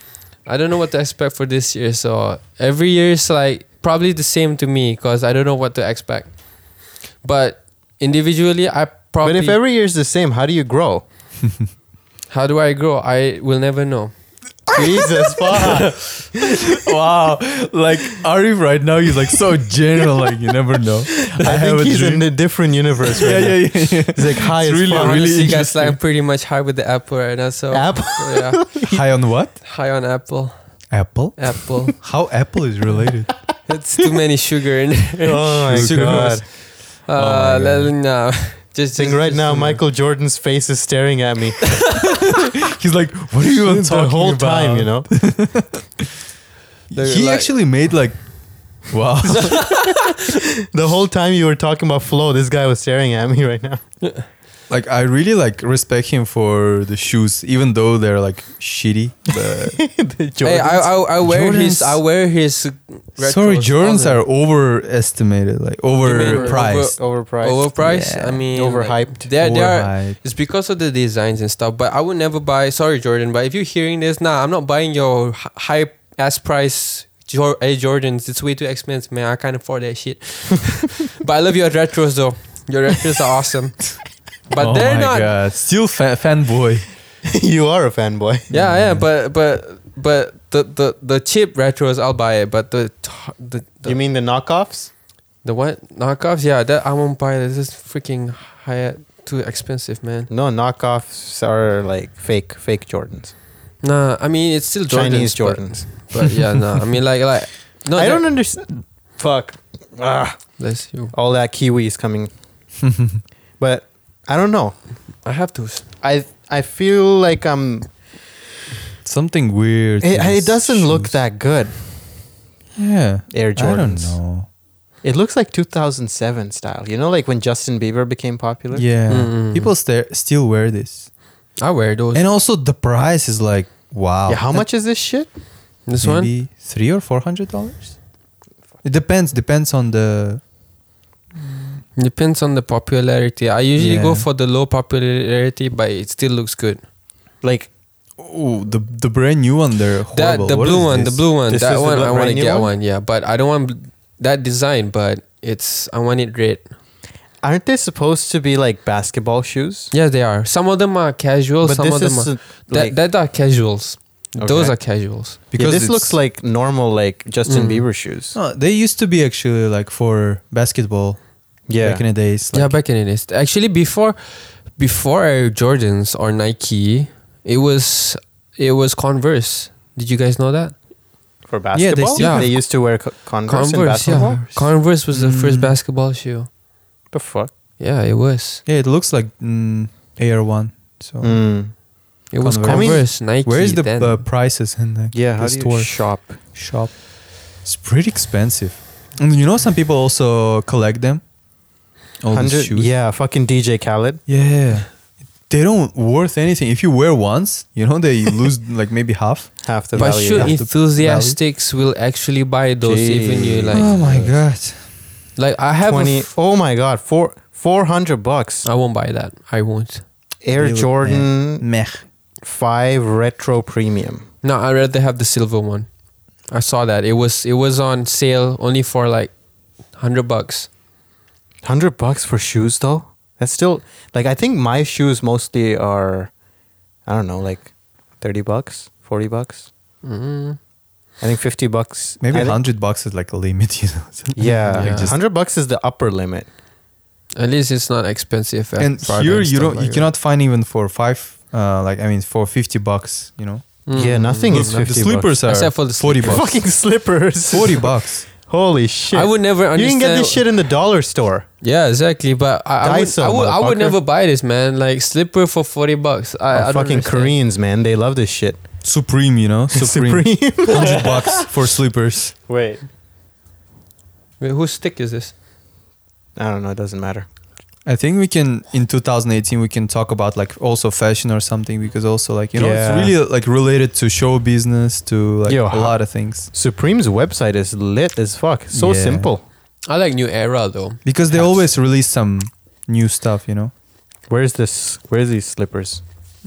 S4: I don't know what to expect for this year. So every year is like probably the same to me because I don't know what to expect. But individually, I
S3: But
S4: probably.
S3: if every year is the same, how do you grow?
S4: how do I grow? I will never know.
S3: Jesus, fuck.
S2: wow. Like Arif right now, he's like so general. Like you never know.
S3: I, think he's in a different universe right
S2: yeah,
S3: now.
S2: yeah, yeah.
S3: He's like high
S2: It's
S3: as
S2: really,
S3: fuck.
S2: really
S4: Honestly, guys, like I'm pretty much high with the apple right now. So
S3: Apple?
S4: yeah,
S2: High on what?
S4: high on apple.
S2: Apple.
S4: Apple.
S2: How apple is related?
S4: it's too many sugar in there.
S3: Oh my
S2: Sugar
S3: god.
S4: Uh,
S2: God.
S4: let- no. Just,
S3: Saying
S4: just-
S3: right
S4: just
S3: now,
S4: a minute.
S3: Michael Jordan's face is staring at me
S2: He's like, what are you
S3: the
S2: talking
S3: whole time, you
S2: about?"
S3: know?
S4: They're
S2: He
S4: like-
S2: actually made like, wow.
S3: The whole time you were talking about flow, this guy was staring at me right now.
S2: like I really like respect him for the shoes, even though they're like shitty. But
S3: The
S4: Hey, I,
S3: Jordans.
S4: I, I wear his
S2: Jordans-
S4: I wear his. retros
S2: sorry, Jordans
S4: all
S2: are overestimated, like overpriced.
S4: the-
S3: overpriced.
S4: overpriced.
S2: Yeah.
S4: I mean,
S3: Overhyped.
S4: They they are.
S2: Overhyped.
S4: It's because of the designs and stuff. But I would never buy. Sorry, Jordan. But if you're hearing this, nah, I'm not buying your hi- high ass price. Jor- Air Jordans, it's way too expensive, man. I can't afford that shit. but I love your retros though. Your retros are awesome. But
S2: oh
S4: they're
S2: my
S4: not
S2: God. still fa- fanboy.
S3: you are a fanboy.
S4: Yeah, yeah,
S3: Mm.
S4: but but but the the the cheap retros, I'll buy it. But the t- the the,
S3: You mean the knockoffs?
S4: the what knockoffs? Yeah, that I won't buy. This is freaking high, too expensive, man.
S3: No, knockoffs are like fake, fake Jordans.
S4: Nah, I mean it's still Jordans,
S3: Chinese
S4: but-
S3: Jordans.
S4: But, yeah, no, I mean like like no,
S3: I don't
S4: know.
S3: understand. Fuck. Ah,
S4: Bless you.
S3: all that kiwi is coming. but I don't know.
S4: I have those.
S3: I I feel like I'm.
S2: Something weird.
S3: It,
S2: in his
S3: it doesn't look
S2: shoes.
S3: that good.
S2: Yeah.
S3: Air Jordans.
S2: I don't know.
S3: It looks like 2007 style. You know, like when Justin Bieber became popular.
S2: Yeah,
S4: Mm.
S2: people stare, still wear this,
S4: I wear those.
S2: and also the price is like wow.
S3: Yeah, how much is this shit?
S4: this one.
S2: Maybe three or four hundred dollars. It depends. Depends on the
S4: Depends on the popularity. I usually go
S2: Yeah.
S4: for the low popularity, but it still looks good.
S3: Like
S2: Oh, the the brand new one there.
S4: That
S2: Horrible.
S4: the
S2: What
S4: blue
S2: is
S4: one,
S2: this?
S4: the blue one.
S3: This is
S4: that
S3: the
S4: one
S3: bl-
S4: I want to
S3: brand new
S4: get
S3: one?
S4: one. Yeah, but I don't want bl- that design. But it's I want it red.
S3: aren't they supposed to be like basketball shoes?
S4: Yeah, they are. Some of them are casual.
S3: but
S4: some
S3: this
S4: of them
S3: is
S4: are
S3: uh,
S4: that,
S3: like,
S4: that are casuals. Those
S3: Okay.
S4: are casuals.
S3: yeah, this
S2: it's-
S3: looks like normal like Justin
S4: Mm.
S3: Bieber shoes.
S2: No, they used to be actually like for basketball
S3: Yeah.
S2: back in the days. Like,
S4: yeah, back in the days. Actually, before before Air Jordans or Nike, it was it was Converse. Did you guys know that?
S3: for
S2: Yeah, they
S3: basketball.
S2: still
S4: have-
S3: they used to wear co- Converse, in basketball.
S4: yeah. Converse was the first
S2: Mm.
S4: basketball shoe.
S3: The fuck?
S4: Yeah, it was.
S2: yeah, it looks like mm, Air One. So
S3: Mm.
S4: It was
S2: Converse. I
S3: mean,
S4: Converse, Nike.
S2: where is the
S4: then.
S2: uh, prices in the,
S3: Yeah,
S2: the
S3: how do
S2: store
S3: you shop?
S2: shop? It's pretty expensive, and you know some people also collect them. All these
S3: 100
S2: shoes.
S3: Yeah, fucking DJ Khaled.
S2: yeah. They don't worth anything. If you wear once, you know they lose like maybe half.
S3: Half the
S4: but
S3: value.
S4: shoe
S2: Half the
S4: enthusiasts will actually buy those even you like
S2: oh
S3: uh,
S2: my god!
S4: like I have a
S3: 20
S4: f-
S3: oh my god, four four hundred bucks.
S2: Oh.
S4: I won't buy that. I won't.
S3: Air
S2: They look
S3: Jordan
S2: Meh.
S3: Five Retro Premium.
S4: No, I'd rather have the silver one. I saw that. It was it was on sale only for like hundred bucks.
S3: Hundred bucks for shoes though. That's still like I think my shoes mostly are, I don't know, like thirty bucks, forty bucks.
S4: Mm.
S3: I think fifty bucks.
S2: Maybe
S3: I think-
S2: hundred bucks is like a limit, you know.
S3: Yeah,
S4: Yeah. Just-
S3: hundred bucks is the upper limit.
S4: At least it's not expensive. at
S2: and
S4: Prada
S2: here you
S4: stuff
S2: don't,
S4: like
S2: you
S4: that.
S2: cannot find even for five, uh, like I mean, for fifty bucks, you know.
S3: Yeah, nothing is
S2: Look, the
S3: fifty.
S2: slippers are
S4: Except for the
S2: forty
S4: slippers.
S2: bucks.
S3: Fucking slippers.
S2: forty bucks.
S3: Holy shit.
S4: I would never
S3: You
S4: understand.
S3: can get this shit in the dollar store.
S4: Yeah, exactly. But I, I, would,
S3: Daiso,
S4: I would I would
S3: motherfucker.
S4: never buy this man. Like slipper for forty bucks. I, I don't
S3: Oh, fucking
S4: understand.
S3: Koreans, man. They love this shit.
S2: Supreme, you know, Supreme. Hundred bucks for slippers.
S3: Wait.
S4: Wait, whose stick is this?
S3: I don't know. It doesn't matter.
S2: I think we can in 2018 we can talk about like also fashion or something because also like you know
S3: Yeah.
S2: it's really like related to show business to like
S3: Yo,
S2: a
S3: how-
S2: lot of things.
S3: Supreme's website is lit as fuck. So
S2: Yeah.
S3: simple.
S4: I like New Era though.
S2: because they
S4: Perhaps.
S2: always release some new stuff, you know.
S3: Where's this? Where's these slippers?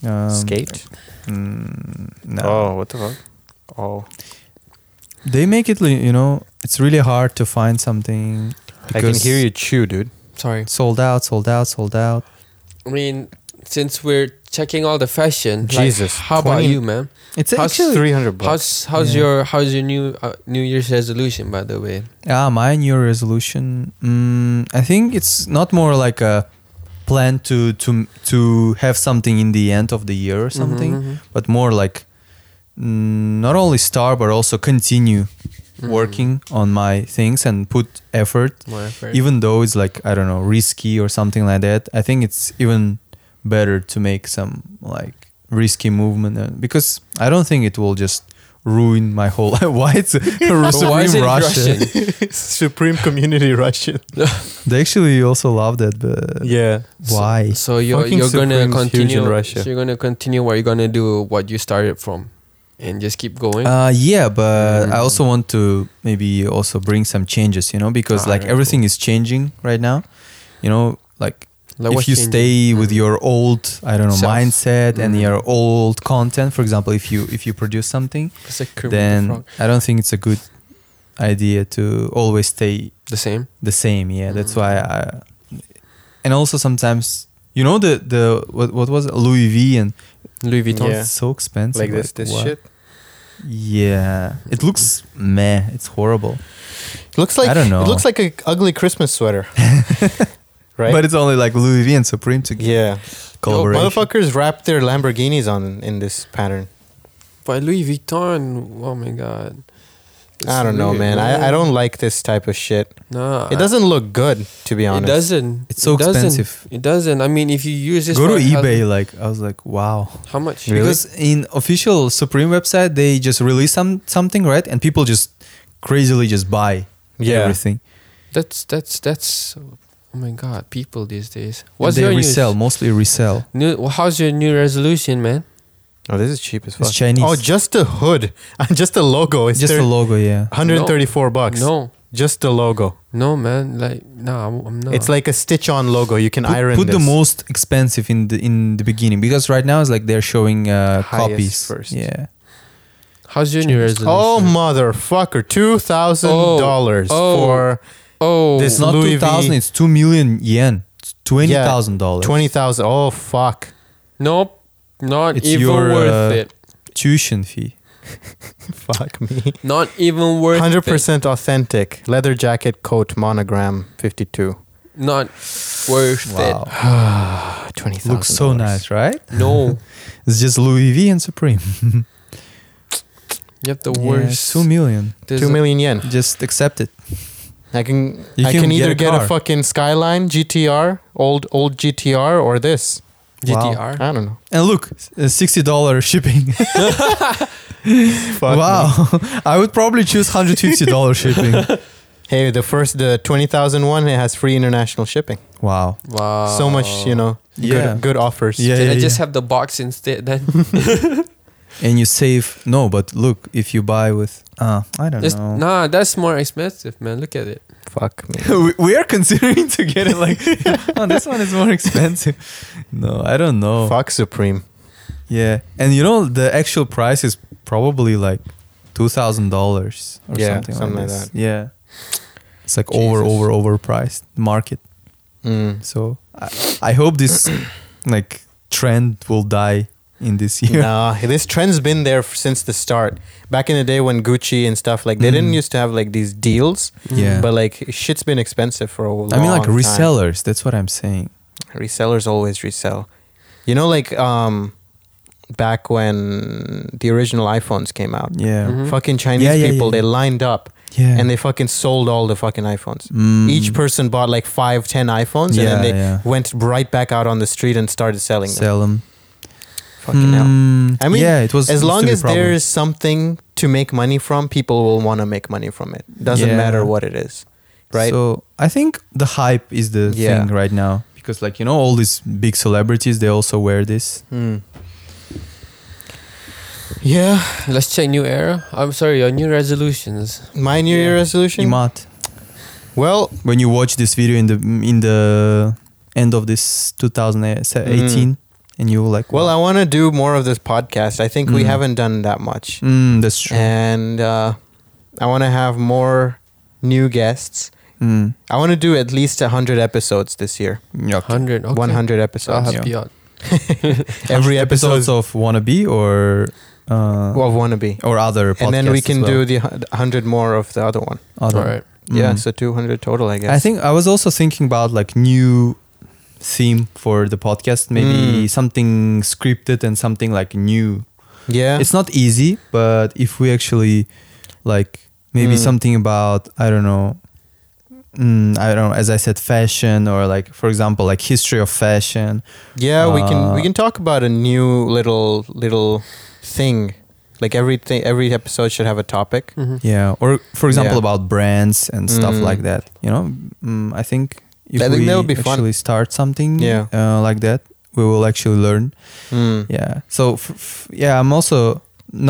S2: Um,
S3: Skate.
S2: mm, no.
S3: Oh, what the fuck? Oh,
S2: They make it, li- you know, it's really hard to find something.
S3: I can
S2: because
S3: hear you chew, dude.
S4: Sorry.
S2: Sold out, sold out, sold out.
S4: I mean, since we're checking all the fashion, like,
S3: Jesus,
S4: how
S3: 20
S4: about you, man?
S2: It's
S4: How's
S2: actually
S3: Three hundred bucks.
S4: How's how's
S2: Yeah.
S4: your how's your new uh, New Year's resolution? By the way,
S2: Yeah, my new Year resolution. Mm, I think it's not more like a plan to to to have something in the end of the year or something,
S4: Mhm,
S2: but more like mm, not only start but also continue
S4: mhm.
S2: working on my things and put effort,
S4: More effort.
S2: even though it's like I don't know risky or something like that. I think it's even better to make some like risky movement uh, because I don't think it will just ruin my whole. why it's
S4: why is it
S2: Russian?
S4: Russian?
S3: Supreme Community Russian.
S2: They actually also love that, but
S3: Yeah.
S2: why?
S4: So you're
S3: Fucking
S4: you're gonna
S3: Supreme's huge in
S4: continue.
S3: Russia.
S4: So you're gonna continue where you're gonna do what you started from, and just keep going.
S2: Uh, yeah, but I
S4: Mm.
S2: also want to maybe also bring some changes, you know, because
S4: Ah,
S2: like
S4: very
S2: everything is changing right now. You know, like
S4: Like,
S2: if
S4: what's
S2: you
S4: changing?
S2: stay with
S4: Mm.
S2: your old, I don't know,
S4: Self.
S2: mindset and
S4: Mm.
S2: your old content. For example, if you if you produce something,
S4: It's like Kermit the
S2: then
S4: Frog.
S2: I don't think it's a good idea to always stay
S4: the same.
S2: the same yeah that's
S4: Mm.
S2: why i and also sometimes you know the the what, what was it? louis v and
S4: Louis Vuitton.
S3: Yeah.
S2: it's so expensive
S3: Like this, this
S2: what?
S3: shit.
S2: yeah it looks meh it's horrible
S3: Looks like
S2: I don't know.
S3: It looks like an ugly Christmas sweater. right.
S2: but it's only like louis v and supreme to
S3: yeah.
S2: collaboration
S3: Motherfuckers wrap their Lamborghinis on in this pattern.
S4: But Louis Vuitton. Oh my god. It's
S3: I don't know,
S4: weird,
S3: man. I, I don't like this type of shit.
S4: No,
S3: It
S4: I-
S3: doesn't look good, to be
S4: It
S3: honest.
S4: doesn't.
S2: It's so
S4: it doesn't.
S2: expensive.
S4: It doesn't. I mean, if you use this,
S2: go to
S4: for a health-
S2: ebay like i was like wow
S4: How much?
S2: because in official supreme website they just release some something right and people just crazily just buy
S3: Yeah.
S2: everything
S4: That's that's that's. Oh my god, people these days.
S2: What
S4: What's
S2: they
S4: your
S2: resell mostly resell
S4: New, well, how's your new resolution, man?
S3: Oh, this is cheap as fuck.
S2: Chinese.
S3: Oh, just a hood, Uh, just a logo. It's
S2: just
S3: just
S2: the logo yeah
S3: 134 bucks.
S4: No,
S3: just the logo.
S4: no, man. Like, nah, I'm- I'm not.
S3: It's like a stitch-on logo. You can
S2: put,
S3: iron.
S2: put the
S3: this.
S2: most expensive in the in the beginning because right now it's like they're showing uh,
S3: Highest
S2: copies
S3: first.
S2: yeah
S4: how's your new resolution?
S3: Oh motherfucker! Two thousand dollars
S4: Oh.
S3: for
S2: it's
S4: oh,
S3: This
S2: not
S3: Louis
S2: 2000
S3: V-
S2: it's 2 million yen it's $20000
S3: twenty thousand. Oh fuck!
S4: nope, not
S2: It's
S4: even
S2: your,
S4: worth
S2: uh,
S4: it.
S2: tuition fee
S3: Fuck me.
S4: Not even worth
S3: Hundred
S4: it.
S3: percent authentic leather jacket coat monogram fifty two.
S4: Not worth
S2: wow
S3: Twenty thousand.
S2: looks so nice right
S4: it. No,
S2: it's just louis v and supreme
S4: you have the
S2: Yeah,
S4: worst.
S2: 2 million
S4: There's
S3: Two
S4: a-
S3: million yen.
S2: just accept it
S3: I can.
S2: You
S3: I
S2: can
S3: can,
S2: get
S3: either
S2: a
S3: get a
S2: car.
S3: fucking Skyline GTR, old old GTR, or this.
S2: Wow.
S4: GTR.
S3: I don't know.
S2: and look uh, $60 shipping
S3: Fuck me.
S2: wow i would probably choose $150 shipping
S3: Hey, the first the twenty thousand one it has free international shipping.
S2: wow
S4: Wow.
S3: so much, you know.
S2: Yeah.
S3: Good, good offers.
S2: Yeah.
S4: Can I just have the box instead then?
S2: and you save no but look if you buy with uh i don't
S4: It's-
S2: know
S4: nah, that's more expensive, man. Look at it.
S3: Fuck me.
S2: we we are considering to get it like oh, this one is more expensive no i don't know
S3: Fuck Supreme.
S2: yeah and you know the actual price is probably like $2000 or something,
S3: Yeah, something
S2: like,
S3: like
S2: this.
S3: that.
S2: yeah it's like over
S3: Jesus.
S2: over overpriced market
S3: Mm.
S2: so i, I hope this like trend will die in this year
S3: Nah, this trend's been there f- since the start. Back in the day when Gucci and stuff like they didn't
S2: Mm.
S3: used to have like these deals,
S2: yeah
S3: but like shit's been expensive for a long
S2: i mean like
S3: time.
S2: resellers that's what i'm saying
S3: Resellers always resell. You know, like um, back when the original iPhones came out,
S2: yeah
S4: Mhm.
S3: fucking Chinese
S2: Yeah, yeah,
S3: people
S2: yeah,
S3: they
S2: yeah.
S3: lined up
S2: yeah
S3: Mm-hmm. and they fucking sold all the fucking iPhones.
S2: Mm.
S3: Each person bought like five, ten iPhones, and
S2: Yeah,
S3: then they
S2: yeah.
S3: went right back out on the street and started selling them.
S2: sell Mm, them
S3: Fucking hell. I mean,
S2: yeah, it was
S3: As
S2: used to
S3: long
S2: be
S3: as
S2: problem.
S3: there's something to make money from, people will want to make money from it. Doesn't
S2: Yeah.
S3: matter what it is, right?
S2: So I think the hype is the
S3: Yeah.
S2: thing right now because, like you know, all these big celebrities they also wear this.
S3: Hmm. Yeah,
S4: Let's check new era. I'm sorry, your new resolutions.
S3: my New Year resolution.
S2: Imat.
S3: Well,
S2: when you watch this video in the in the end of this 2018 and you like
S3: Mm. well, I want to do more of this podcast. I think we
S2: Mm.
S3: haven't done that much,
S2: mm, that's true
S3: and uh, I want to have more new guests.
S2: mm.
S3: I want to do at least hundred episodes this year.
S2: Yeah, okay.
S4: Hundred. Okay.
S3: One hundred
S4: I'll
S3: episodes.
S4: help
S2: Yeah.
S4: you out.
S3: Every episode
S2: episodes of wannabe or uh,
S3: of wannabe,
S2: or other podcasts
S3: and then we
S2: as
S3: can
S2: well.
S3: do the hu- hundred more of the other one.
S2: other.
S4: All right.
S3: Yeah,
S2: Mm.
S3: so two hundred total, I guess.
S2: I think I was also thinking about like new theme for the podcast, maybe
S3: Mm.
S2: something scripted and something like new.
S3: Yeah,
S2: It's not easy, but if we actually like maybe
S3: Mm.
S2: something about I don't know, mm, I don't know, as I said, fashion or like for example, like history of fashion.
S3: Yeah, we can we
S2: Uh,
S3: can talk about a new little little thing. Like everything, every episode should have a topic.
S4: Mm-hmm.
S2: Yeah, or for example
S3: Yeah.
S2: about brands and stuff
S3: Mm.
S2: like that. You know, mm, I think if
S3: I think
S2: we
S3: that would be fun.
S2: actually start something
S3: Yeah.
S2: uh, like that, we will actually learn
S3: Mm.
S2: yeah so f- f- yeah i'm also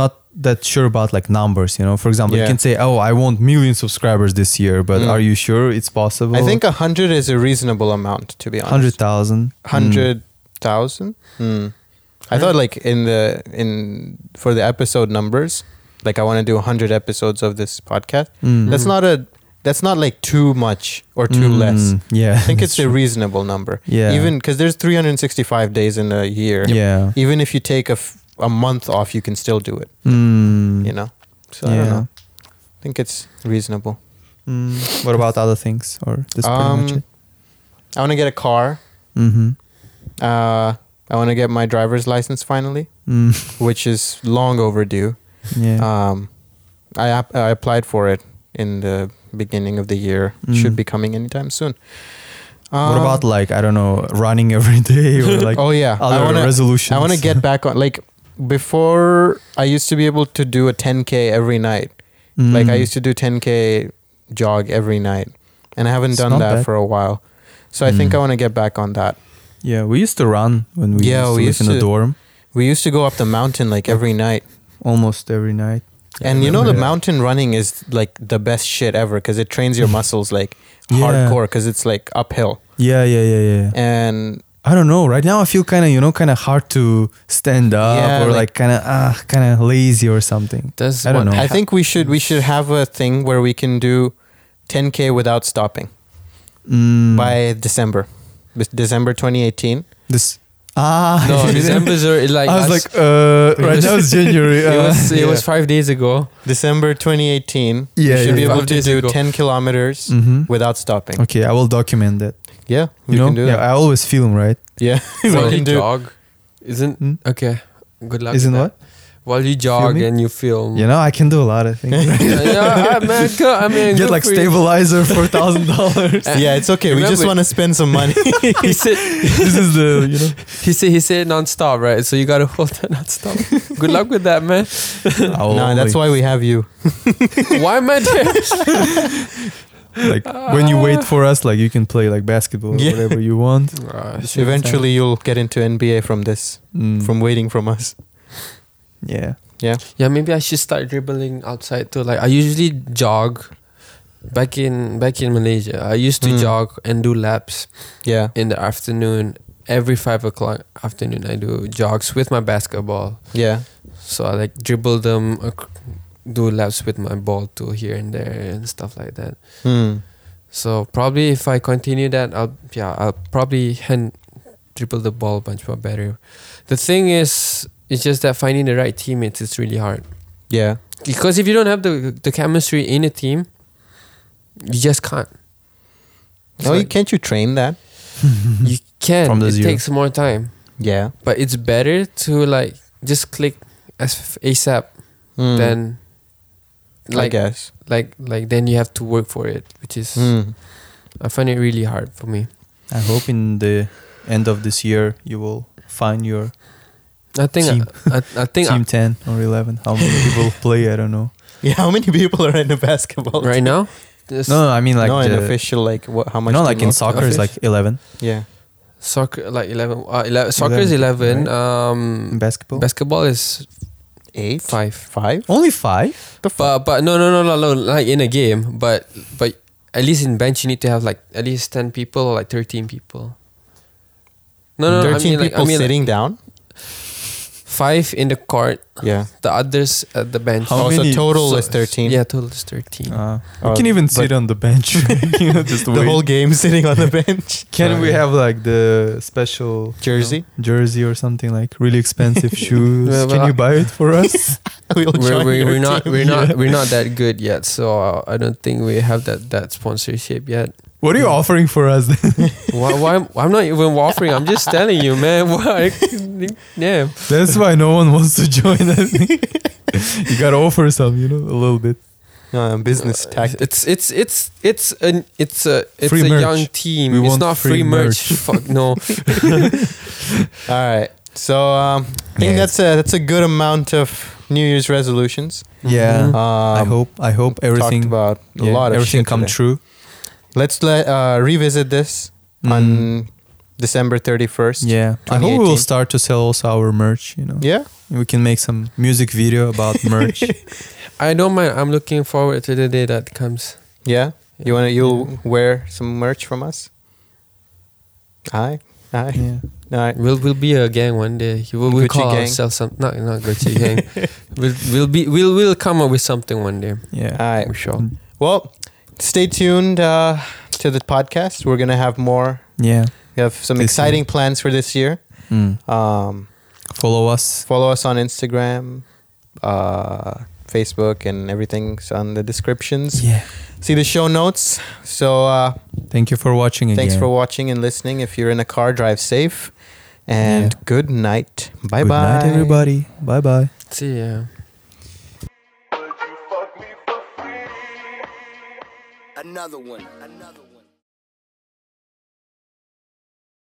S2: not that sure about like numbers you know for example you
S3: Yeah.
S2: can say oh i want million subscribers this year but
S3: Mm.
S2: are you sure it's possible
S3: I think a hundred is a reasonable amount to be honest.
S2: 100000
S3: Hundred thousand. Mm. I thought like in the in for the episode numbers, like I want to do hundred episodes of this podcast.
S2: Mm.
S3: That's
S4: Mhm.
S3: not a that's not like too much or too
S2: Mm.
S3: less.
S2: yeah
S3: I think
S2: that's
S3: it's a
S2: true.
S3: reasonable number.
S2: yeah
S3: Even because there's 365 days in a year.
S2: yeah
S3: Even if you take a, f- a month off, you can still do it.
S2: mm.
S3: you know. So I don't
S2: yeah
S3: know. I think it's reasonable.
S2: mm. what about other things or that's pretty much it
S3: Um, I want to get a car.
S2: mm-hmm.
S3: Uh, I want to get my driver's license finally,
S2: mm.
S3: which is long overdue.
S2: yeah
S3: Um, I ap- I applied for it in the beginning of the year. Should
S2: Mm.
S3: be coming anytime soon.
S2: what
S3: Um,
S2: about like i don't know running every day or like
S3: oh yeah,
S2: other
S3: I want to
S2: resolutions
S3: I want to get back on like before I used to be able to do a 10k every night. Like I
S2: Mm.
S3: used to do 10k jog every night, and I haven't
S2: It's
S3: done
S2: not
S3: that
S2: bad.
S3: for a while. So I think
S2: Mm.
S3: I want to get back on that.
S2: yeah we used to run when we
S3: Yeah,
S2: used to
S3: we
S2: live
S3: used
S2: in the
S3: to-
S2: dorm
S3: We used to go up the mountain like every night.
S2: almost every night.
S3: And you know, the
S2: remember that.
S3: mountain running is like the best shit ever because it trains your muscles like
S2: Yeah.
S3: hardcore because it's like uphill.
S2: Yeah, yeah, yeah, yeah.
S3: And
S2: I don't know. Right now, I feel kind of, you know, kind of hard to stand up
S3: Yeah,
S2: or like,
S3: like-
S2: kind of, ah, kind of lazy or something.
S4: That's
S2: I don't
S4: what
S2: know.
S3: I think we should we should have a thing where we can do 10k without stopping
S2: Mm,
S3: by December, Be- December 2018.
S2: this. Ah,
S4: No, December's are like.
S2: I was
S4: us-
S2: like, uh,
S4: we
S2: right
S4: just-
S2: now it's January.
S4: it
S2: uh,
S4: was it
S3: yeah.
S4: was five days ago.
S3: December
S2: Yeah,
S3: 2018. we should
S2: yeah,
S3: be
S2: yeah.
S3: able
S4: Five
S3: to
S4: days
S3: do
S4: ago.
S3: 10 kilometers
S2: Mhm.
S3: without stopping.
S2: Okay, I will document that.
S3: Yeah,
S2: You
S3: we
S2: know,
S3: can do
S2: yeah,
S3: that.
S2: I always film right.
S3: Yeah, we
S4: While
S3: can
S4: you
S3: do.
S4: jog, isn't
S2: Hmm?
S4: okay. Good luck.
S2: Isn't what?
S4: with that. While you jog
S2: Filming?
S4: and you film.
S2: You know, I can do a lot of things.
S4: yeah, yeah, I mean, go- I mean,
S2: Get
S4: good
S2: like
S4: for you.
S2: stabilizer for thousand dollars.
S3: Yeah, it's okay. we just
S4: Remember-
S3: want to spend some money.
S4: He said,
S2: This is the you know.
S4: he said, he said non-stop, right? So you gotta hold that non-stop. Good luck with that, man.
S2: I will
S3: no,
S2: only-
S3: that's why we have you.
S4: Why am I there?
S2: Like when you wait for us, like you can play like basketball or
S3: Yeah.
S2: whatever you want.
S4: Ah, shit.
S3: Eventually, you'll get into NBA from this,
S2: Mm,
S3: from waiting from us.
S2: yeah.
S3: Yeah.
S4: Yeah, maybe I should start dribbling outside too. Like I usually jog. Back in back in Malaysia, I used to
S3: Hmm.
S4: jog and do laps
S3: Yeah.
S4: in the afternoon. Every five o'clock afternoon, I do jogs with my basketball.
S3: Yeah.
S4: So I like dribble them, ac- do laps with my ball too here and there and stuff like that.
S3: Hmm.
S4: So probably if I continue that, I'll yeah, I'll probably hand dribble the ball much more better. The thing is, it's just that finding the right teammates is really hard.
S3: Yeah.
S4: Because if you don't have the the chemistry in a team, you just can't. It's
S3: No, Oh, you
S4: like-
S3: can't you train that?
S4: You
S2: Mm-hmm.
S4: can.
S2: From the
S4: it
S2: zero.
S4: takes more time,
S3: Yeah.
S4: but it's better to like just click as ASAP
S3: Hmm.
S4: than
S3: I
S4: like
S3: guess.
S4: like like then you have to work for it, which is
S3: Hmm.
S4: I find it really hard for me.
S2: I hope in the end of this year you will find your
S4: I think
S2: Team.
S4: I, I, I think I-
S2: team 10 or 11. How many people play? I don't know.
S3: Yeah. How many people are in the basketball?
S4: right now. This
S2: No, no, I mean like
S3: no, an
S2: the,
S3: official like what? How
S2: you
S3: much?
S2: know,
S3: do
S2: like
S3: you
S2: in
S3: know?
S2: soccer it's like 11.
S3: Yeah.
S4: soccer like 11 uh, 11 soccer is
S2: 11, In
S3: Mm.
S4: 11 um
S2: basketball,
S4: basketball is
S3: Eight.
S4: 5
S3: Five.
S2: only five.
S3: The fuck.
S4: but but no no no no no like in a game but but at least in bench you need to have like at least ten people or like thirteen people. No, no, no, I
S3: Thirteen
S4: mean like
S3: people
S4: I mean like
S3: sitting down.
S4: five in the court,
S3: Yeah.
S4: the others at the bench.
S2: How
S3: oh, so
S2: many-
S3: total
S4: So-
S3: is thirteen.
S4: Yeah, total is thirteen.
S2: Uh,
S3: Uh,
S2: you can even
S3: but-
S2: sit on the bench. you know, just
S3: The
S2: wait.
S3: whole game sitting on the bench.
S2: Can we
S4: Sorry.
S2: have like the special
S3: Jersey.
S2: jersey or something like really expensive shoes?
S4: Well,
S2: Can
S4: well,
S2: you buy it for us?
S3: We'll
S4: We're,
S3: join
S4: we're,
S3: your
S4: we're not
S3: team.
S4: we're not we're not that good yet, so uh, I don't think we have that that sponsorship yet.
S2: what are you offering for us?
S4: why, why? I'm not even waffling. I'm just telling you, man. Why? Yeah.
S2: That's why no one wants to join us. you gotta offer some, you know, a little bit.
S3: Uh, business tactic.
S4: It's it's it's it's an it's a it's
S2: Free
S4: a
S2: merch.
S4: young team.
S2: We
S4: it's
S2: want
S4: not
S2: free
S4: free merch.
S2: merch.
S4: Fuck no.
S3: All right. So um, I think
S2: Yeah.
S3: that's a that's a good amount of New Year's resolutions.
S2: Yeah.
S3: Um,
S2: I
S4: Mhm.
S2: hope I hope
S3: talked
S2: everything
S3: about a
S2: yeah,
S3: lot of
S2: everything
S3: shit
S2: come
S3: today.
S2: true.
S3: Let's let uh, revisit this
S2: Mm,
S3: on December thirty first.
S2: yeah. I hope we'll
S3: 2018.
S2: start to sell also our merch, you know.
S3: Yeah.
S2: We can make some music video about merch.
S4: I don't mind. I'm looking forward to the day that comes.
S3: Yeah. You wanna you'll wear some merch from us. Aye. Aye.
S2: yeah.
S3: All right.
S4: We'll we'll be a gang one day. We'll, we'll
S3: Gucci
S4: call
S3: gang.
S4: ourselves some. Not not Gucci gang. We'll we'll be we'll we'll come up with something one day.
S2: Yeah.
S3: All right.
S4: I'm sure.
S3: Well, stay tuned uh, to the podcast. We're gonna have more.
S2: Yeah.
S3: We have some
S2: This
S3: exciting plans for this year.
S2: Mm.
S3: Um,
S2: Follow us.
S3: follow us on Instagram, uh, Facebook, and everything's on the descriptions.
S2: Yeah.
S3: See the show notes. So uh,
S2: Thank you for watching again.
S3: thanks for watching and listening. If you're in a car, drive safe. And
S2: Yeah.
S3: good night. Bye
S2: Good
S3: bye.
S2: night, everybody. Bye bye.
S4: See ya.
S1: Another one. Another one.